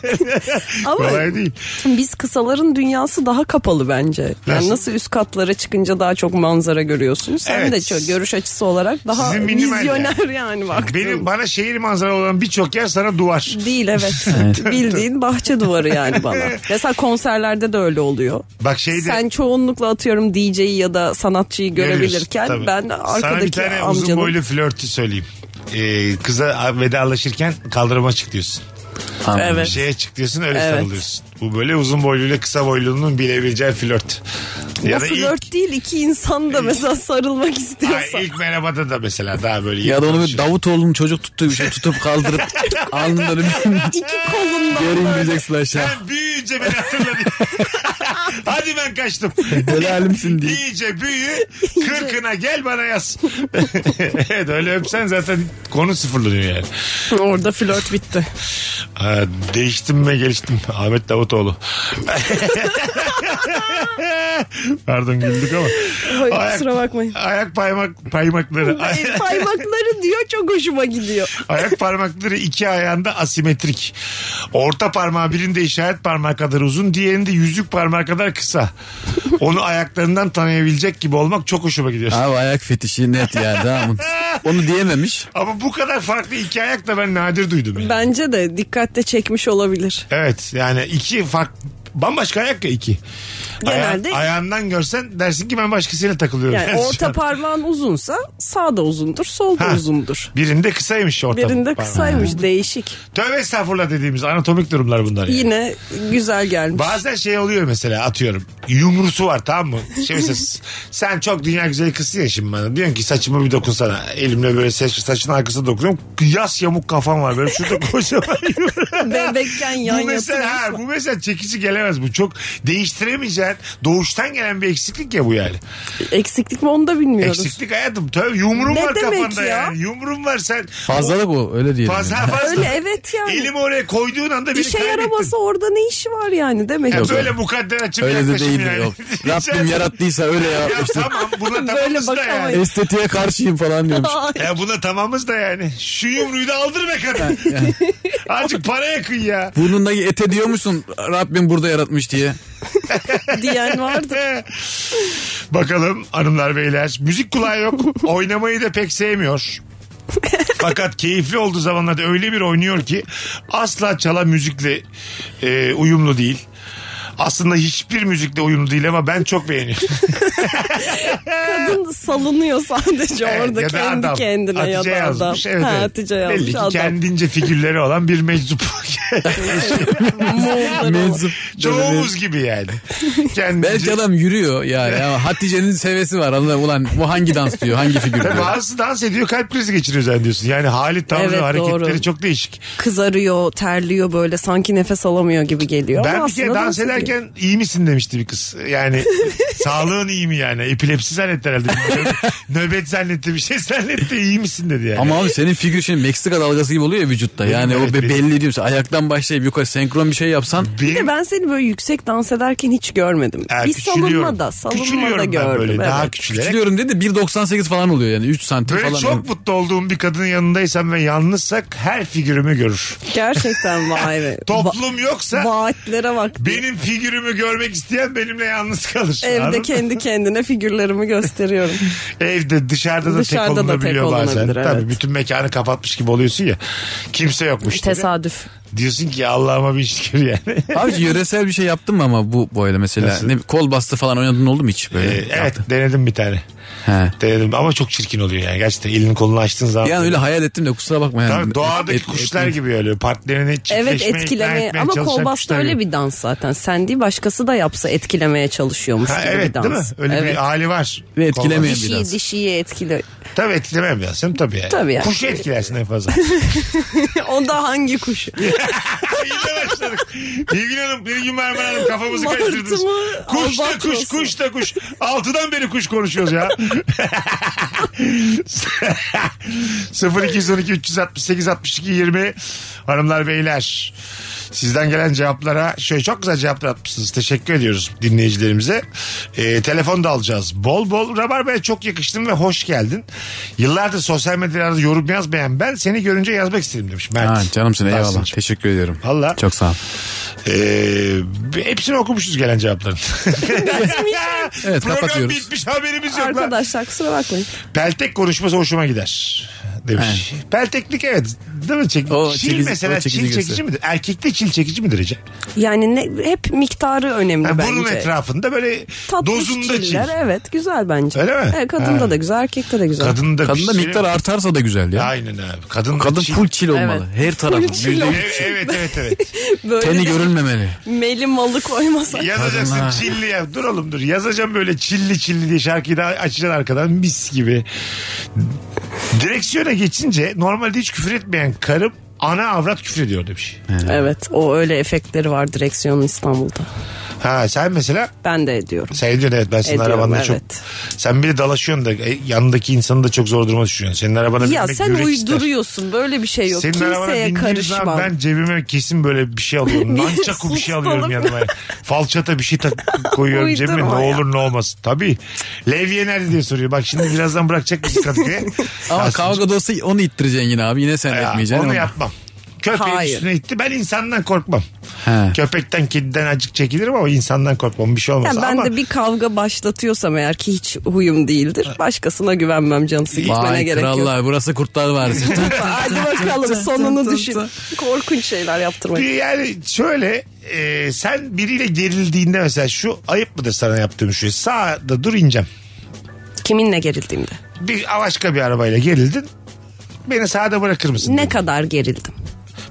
C: Ama
B: Kolay değil.
C: biz kısaların dünyası daha kapalı bence.
B: Nasıl?
C: Yani nasıl üst katlara çıkınca daha çok manzara görüyorsunuz. Sen
B: Evet.
C: de çok görüş açısı olarak daha
B: Sizin minimal
C: vizyoner yani baktığın.
B: Benim bana şehir manzaralı olan birçok yer sana duvar.
C: Değil evet. Bildiğin bahçe duvarı
B: [laughs]
C: yani bana. Mesela konserlerde de öyle oluyor.
B: Bak şeyde
C: Sen çoğunlukla atıyorum DJ'yi ya da sanatçıyı
B: görüyorsun.
C: görebilirken
B: Tabii.
C: ben
B: Sana bir
C: arkadaki
B: tane uzun
C: amcanın
B: boylu flörtü söyleyeyim. Ee, kıza vedalaşırken kaldırıma çık diyorsun. Bir şey
C: evet.
B: şeye çık diyorsun öyle
C: Evet.
B: sarılıyorsun. Bu böyle uzun boyluyla kısa boylunun bilebileceği flört.
C: O
B: ilk-
C: flört değil iki insan da mesela sarılmak istiyorsa.
B: Ay, ilk merhabada da mesela daha böyle.
D: Ya da onu
B: yakınlaşıyor.
D: bir Davutoğlu'nun çocuk tuttuğu bir şey tutup
C: [laughs]
D: kaldırıp alnından bir
C: İki kolundan
D: geri
C: böyle.
D: indireceksin aşağı.
B: Sen büyüyünce beni
C: [laughs]
B: hatırladın. Hadi ben kaçtım.
D: Helalimsin diye.
B: İyice büyü. Kırkına gel bana
C: [laughs]
B: yaz. evet öyle öpsen zaten konu sıfırlanıyor yani.
C: Orada flört bitti.
B: Ha, değiştim ve geliştim. Ahmet
C: [laughs]
B: Davutoğlu. Pardon güldük ama.
C: Hayır, kusura bakmayın.
B: Ayak parmak, parmakları.
C: Ay, Parmakları diyor çok hoşuma gidiyor.
B: Ayak parmakları iki ayağında asimetrik. Orta parmağı birinde işaret parmağı kadar uzun, diğerinde yüzük parmağı kadar kısa. Onu ayaklarından tanıyabilecek gibi olmak çok hoşuma gidiyor.
D: Abi ayak fetişi net ya tamam. Onu diyememiş.
B: Ama bu kadar farklı iki ayak da ben nadir duydum. yani.
C: Bence de dikkatle çekmiş olabilir.
B: Evet yani iki farklı Bambaşka ayak ya iki.
C: Genelde-
B: Aya- ayağından görsen dersin ki ben başkasıyla takılıyorum. [laughs]
C: Yani orta parmağın uzunsa sağ da uzundur, sol da
B: Ha.
C: uzundur.
B: Birinde kısaymış orta
C: Birinde
B: parmağı.
C: kısaymış, değişik.
B: Tövbe estağfurullah dediğimiz anatomik durumlar bunlar. Yani.
C: Yine güzel gelmiş.
B: Bazen şey oluyor mesela atıyorum yumrusu var tamam mı? Şey mesela [laughs] s- sen çok dünya güzeli kızsın ya şimdi bana. Diyorsun ki saçımı bir dokunsana. Elimle böyle saç, saçın arkasına dokunuyorum. Yas yamuk kafam var. Böyle
C: [laughs]
B: şurada kocaman yumru-
C: Bebekken yan
B: bu mesela,
C: yatırmış
B: ha, bu mesela çekici gelemez bu. Çok değiştiremeyeceğin doğuştan gelen bir eksiklik ya bu yani.
C: Eksiklik mi onu da bilmiyoruz.
B: Eksiklik hayatım. Tövbe yumruğum
C: Ne
B: var
C: demek
B: kafanda
C: ya?
B: yani. Yumruğum var sen.
D: Fazlalık o öyle diyelim.
B: Fazla
D: yani.
B: fazla.
C: Öyle evet yani.
B: Elimi oraya koyduğun anda beni
C: İşe
B: kaybettin.
C: yaramasa orada ne işi var yani demek
B: Ya
C: ki.
D: Yok,
B: böyle mukadder açık
D: Öyle de
B: yaklaşım
D: değildir
B: yani. [laughs]
D: yok.
B: Rica ederim.
D: Rabbim yarattıysa öyle
B: Ya
D: yaratmıştır.
B: tamam buna
C: Böyle
B: tamamız da yani.
C: bakamayız.
D: Estetiğe karşıyım
C: [laughs]
D: falan diyormuş.
B: Ya buna tamamız da yani. Şu yumruğu da aldır be kadın. [laughs] Azıcık para yakın ya.
D: Burnundaki ete diyor musun Rabbim burada yaratmış diye.
C: diyen vardı.
B: [laughs] Bakalım hanımlar beyler. Müzik kulağı yok. Oynamayı da pek sevmiyor. Fakat keyifli olduğu zamanlarda öyle bir oynuyor ki asla çala müzikle e, uyumlu değil. Aslında hiçbir müzikle uyumlu değil ama ben çok beğeniyorum.
C: Kadın salınıyor sadece
B: Evet,
C: orada
B: ya da
C: kendi
B: adam.
C: kendine ya
B: Hatice
C: da adam.
B: yazmış. Evet,
C: ha,
B: evet.
C: Hatice yazmış
B: Belli ki
C: adam.
B: kendince figürleri olan bir
C: [laughs]
B: meczup.
C: Moğollar o.
D: Menzup.
B: Çoğumuz gibi yani. Kendince...
D: Belki adam yürüyor ya. ya Hatice'nin sevesi var. Anladın mı? Ulan bu hangi dans diyor? Hangi figür
B: Tabii
D: diyor?
B: bazısı dans ediyor kalp krizi geçiriyor zannediyorsun. Yani hali tavrı
C: Evet,
B: hareketleri
C: doğru.
B: çok değişik.
C: Kızarıyor, terliyor böyle sanki nefes alamıyor gibi geliyor.
B: ben
C: Ama
B: bir kere
C: aslında
B: dans
C: ediyor.
B: ederken iyi misin demişti bir kız.
C: [laughs]
B: Yani sağlığın iyi mi yani? Epilepsi zannetti herhalde. [laughs] Nöbet zannetti bir şey zannetti iyi misin dedi yani.
D: Ama abi senin figür şimdi Meksika dalgası gibi oluyor ya vücutta. Yani
B: Evet,
D: o be-
B: benim-
D: belli diyorsun. Ayaktan başlayıp yukarı senkron bir şey yapsan.
C: Bir de
B: Benim-
C: ben seni böyle yüksek dans ederken hiç görmedim.
B: Ha,
C: bir
B: küçülüyorum.
C: salınma da, salınma da
B: Küçülüyorum ben
C: gördüm.
B: böyle
C: evet.
B: daha küçülerek.
D: Küçülüyorum dedi 1.98 falan oluyor yani 3 santim
B: Böyle
D: falan.
B: çok mutlu olduğum bir kadının yanındaysam ve yalnızsak her figürümü görür. [laughs]
C: Gerçekten vay be.
B: Toplum
C: Va-
B: yoksa [laughs]
C: Vaatlere bak.
B: benim figürümü görmek isteyen benimle yalnız kalır. Anladın
C: Evde
B: mı?
C: kendi kendine figürlerimi gösteriyorum.
B: Evde dışarıda da
C: Dışarıda
B: tek
C: da tek
B: olunabiliyor bazen.
C: olunabilir,
B: Tabii
C: evet.
B: bütün mekanı kapatmış gibi oluyorsun ya. Kimse yokmuş. tabii.
C: Tesadüf.
B: Diyorsun ki Allah'ıma bir şükür yani.
D: Abi yöresel bir şey yaptın mı ama bu böyle mesela?
B: Nasıl?
D: Ne, kol bastı falan oynadın oldu mu hiç
B: Ee,
D: böyle?
B: [laughs] evet denedim bir tane.
D: He.
B: Denedim ama çok çirkin oluyor yani. Gerçekten elini kolunu açtığın zaman.
D: Yani öyle hayal ettim de kusura bakma yani.
B: Tabii doğadaki
D: Et- et-
B: kuşlar gibi öyle partnerini çiftleşmeye
C: Evet
B: ikna
C: etkileme
B: etmeye
C: ama
B: çalışan
C: kolbasta
B: kuşlar
C: öyle
B: gibi.
C: bir dans zaten. Sen değil başkası da yapsa etkilemeye çalışıyormuş
B: Ha,
C: gibi bir
B: evet
C: dans.
B: değil mi? Öyle
C: evet.
B: bir hali var.
D: Ve etkilemeyen
B: Kolbasta.
D: bir
C: Dişiyi
D: dans.
C: dişiyi etkile. [laughs]
B: Tabii etkilemem lazım tabii yani.
C: Tabii yani.
B: Kuşu etkilersin en
C: [laughs]
B: fazla.
C: o da
B: [laughs]
C: hangi kuş?
B: Yine başladık. Nilgün Hanım, Nilgün Mermer Hanım kafamızı
C: Martı
B: karıştırdınız.
C: mı?
B: Kuş da
C: Albatros
B: kuş,
C: mu?
B: kuş da kuş. Altıdan beri kuş konuşuyoruz ya. 0212 368 62 20 Hanımlar beyler sizden gelen cevaplara şöyle çok güzel cevaplar atmışsınız. Teşekkür ediyoruz dinleyicilerimize. Ee, telefon da alacağız. Bol bol Rabarba'ya çok yakıştın ve hoş geldin. Yıllardır sosyal medyalarda yorum yazmayan ben seni görünce yazmak istedim demiş Mert.
D: Ha, canımsın eyvallah.
B: Tahsin'cim.
D: Teşekkür ediyorum.
B: Valla.
D: Çok sağ ol.
B: Ee, hepsini okumuşuz gelen cevapların. [laughs]
D: Evet,
B: Program
D: kapatıyoruz.
B: bitmiş haberimiz yok lan.
C: Arkadaşlar kusura bakmayın.
B: Peltek konuşması hoşuma gider. Demiş. Pelteklik evet. Değil mi? Çek,
D: O
B: çil
D: çekici-
B: mesela
D: o çekici
B: çil çekici
D: gösteri.
B: midir? Erkekte çil çekici midir Ece?
C: Yani ne, hep miktarı önemli
B: Yani
C: bence.
B: bunun etrafında böyle
C: Tatlı
B: dozunda çil.
C: çiçekler, Evet güzel bence.
B: Öyle mi?
C: Evet, kadında
B: Ha.
C: da güzel erkekte de güzel.
B: Kadında, bir
D: Kadında
B: şey-
D: miktar artarsa da güzel ya.
B: Aynen abi. Kadın,
D: Kadın
B: çil-
D: full çil olmalı. Her tarafı.
C: çil
D: yüzde yüz.
B: Evet evet evet. evet.
C: Böyle
D: Teni
C: de
D: görülmemeli.
C: [laughs] meli malı koymasak.
B: Yazacaksın
D: Kadınlar.
B: çilli ya. Dur oğlum dur. Yazacağım böyle çilli çilli diye şarkıyı da açacaksın arkadan mis gibi. Direksiyona geçince normalde hiç küfür etmeyen karım ana avrat küfür ediyor demiş.
C: Evet o öyle efektleri var direksiyonun İstanbul'da.
B: Ha sen mesela
C: Ben de ediyorum.
B: sen ediyorsun evet ben senin
C: Ediyorum,
B: arabanda çok.
C: evet.
B: Sen bir de dalaşıyorsun da e, yanındaki insanı da çok zor duruma düşürüyorsun. Senin arabana
C: Ya
B: binmek
C: sen
B: yürek ister.
C: uyduruyorsun böyle bir şey yok.
B: Senin arabana
C: Kimseye
B: bindiğim
C: karışma.
B: zaman ben cebime kesin böyle bir şey
C: [laughs]
B: alıyorum.
C: Bir
B: Nançaku bir şey
C: sus
B: alıyorum
C: oğlum.
B: yanıma. Falçata bir şey
C: [laughs]
B: tak koyuyorum
C: Uydurma
B: cebime. Ne
C: ya.
B: olur ne olmaz. Tabii. Levye nerede diye soruyor. Bak şimdi birazdan
C: [laughs]
B: bırakacak bizi Kadıköy'e.
D: Ama
B: Aslında-
D: kavga da olsa onu ittireceksin yine abi. Yine sen
B: Ya,
D: etmeyeceksin.
B: Onu
D: ama.
B: yapmam. Köpeğin
C: Hayır.
B: üstüne itti. Ben insandan korkmam.
D: He.
B: Köpekten kediden acık çekilirim ama insandan korkmam. Bir şey olmaz.
C: Yani ben
B: ama
C: de bir kavga başlatıyorsam eğer ki hiç huyum değildir. Başkasına güvenmem canım sıkmana
D: Vay
C: gerek yok.
D: krallar burası
B: [laughs]
D: kurtlar varisi.
C: [laughs] Hadi bakalım sonunu düşün. Korkunç şeyler yaptırmayın.
B: Bir yani şöyle e, sen biriyle gerildiğinde mesela şu ayıp mıdır sana yaptığım şu şey? sağda dur ineceğim.
C: Kiminle gerildiğimde.
B: Bir başka bir arabayla gerildin. Beni sağda bırakır mısın?
C: Ne kadar gerildim.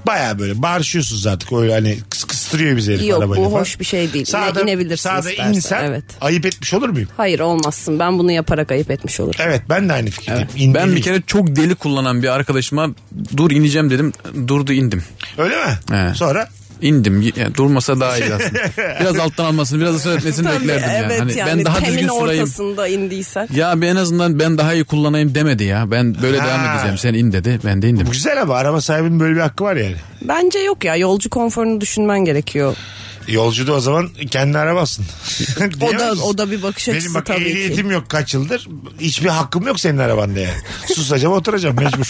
B: Baya böyle bağırışıyorsunuz artık öyle hani kıs kıstırıyor bizi herif
C: Yok,
B: arabayla
C: bu
B: falan.
C: hoş bir şey değil. Ne- inebilirsin
B: Sağda
C: istersen,
B: insen
C: evet.
B: ayıp etmiş olur muyum?
C: Hayır olmazsın ben bunu yaparak ayıp etmiş olurum.
B: Evet ben de aynı fikirdeyim.
D: ben
B: İndireyim.
D: bir kere çok deli kullanan bir arkadaşıma dur ineceğim dedim. Durdu indim.
B: Öyle mi?
D: Evet.
B: Sonra
D: İndim. Yani durmasa daha iyi aslında.
B: [laughs]
D: Biraz alttan almasını, biraz da söyletmesini
C: Tabii,
D: beklerdim yani.
C: evet
D: Hani
C: yani,
D: ben daha
C: temin
D: düzgün sırayım.
C: ortasında indiysen.
D: Ya ben en azından ben daha iyi kullanayım demedi ya. Ben böyle
B: Ha.
D: devam edeceğim. Sen in dedi. Ben de indim.
B: bu güzel ama araba sahibinin böyle bir hakkı var yani.
C: Bence yok ya yolcu konforunu düşünmen gerekiyor.
B: Yolcu da o zaman kendi arabasın.
C: [laughs] O da, o da bir bakış açısı
B: Benim bak
C: tabii ki.
B: ehliyetim yok kaç yıldır. Hiçbir hakkım yok senin arabanda
C: [laughs]
B: yani. Susacağım oturacağım mecbur.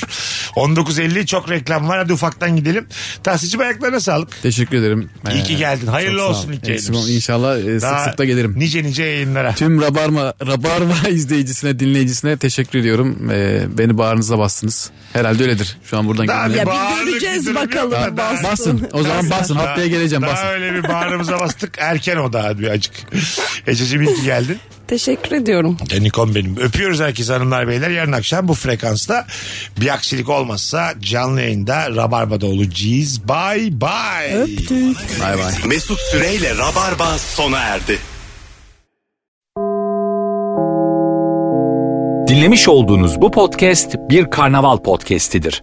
B: 19.50 çok reklam var hadi ufaktan gidelim. Tahsilcim ayaklarına sağlık.
D: Teşekkür ederim. Ee,
B: İyi ki geldin. Hayırlı
D: Çok sağ ol.
B: olsun ilk
D: Eksik
B: yayınımız.
D: ol. İnşallah e, sık
B: Daha
D: sık da gelirim.
B: Nice nice yayınlara.
D: Tüm Rabarba, Rabarba [laughs] izleyicisine, dinleyicisine teşekkür ediyorum. E, beni bağrınıza bastınız. Herhalde öyledir. Şu an buradan
B: Daha
D: geldim.
B: bir
C: Ya bir
B: bağırdık
C: göreceğiz
B: bir durum yok
C: bakalım,
B: da daha-
C: bastın.
D: Basın. O zaman basın. Haftaya geleceğim.
B: Daha
D: Basın.
B: öyle bir bağrımıza bastık. Erken o daha bir acık. [laughs] Ececiğim iyi ki geldin.
C: Teşekkür ediyorum.
B: Nikom benim. Öpüyoruz herkese hanımlar beyler. Yarın akşam bu frekansta bir aksilik olmazsa canlı yayında Rabarba'da olacağız. Bye bye.
D: Bay bay.
A: Mesut Süreyle Rabarba sona erdi.
K: Dinlemiş olduğunuz bu podcast bir karnaval podcastidir.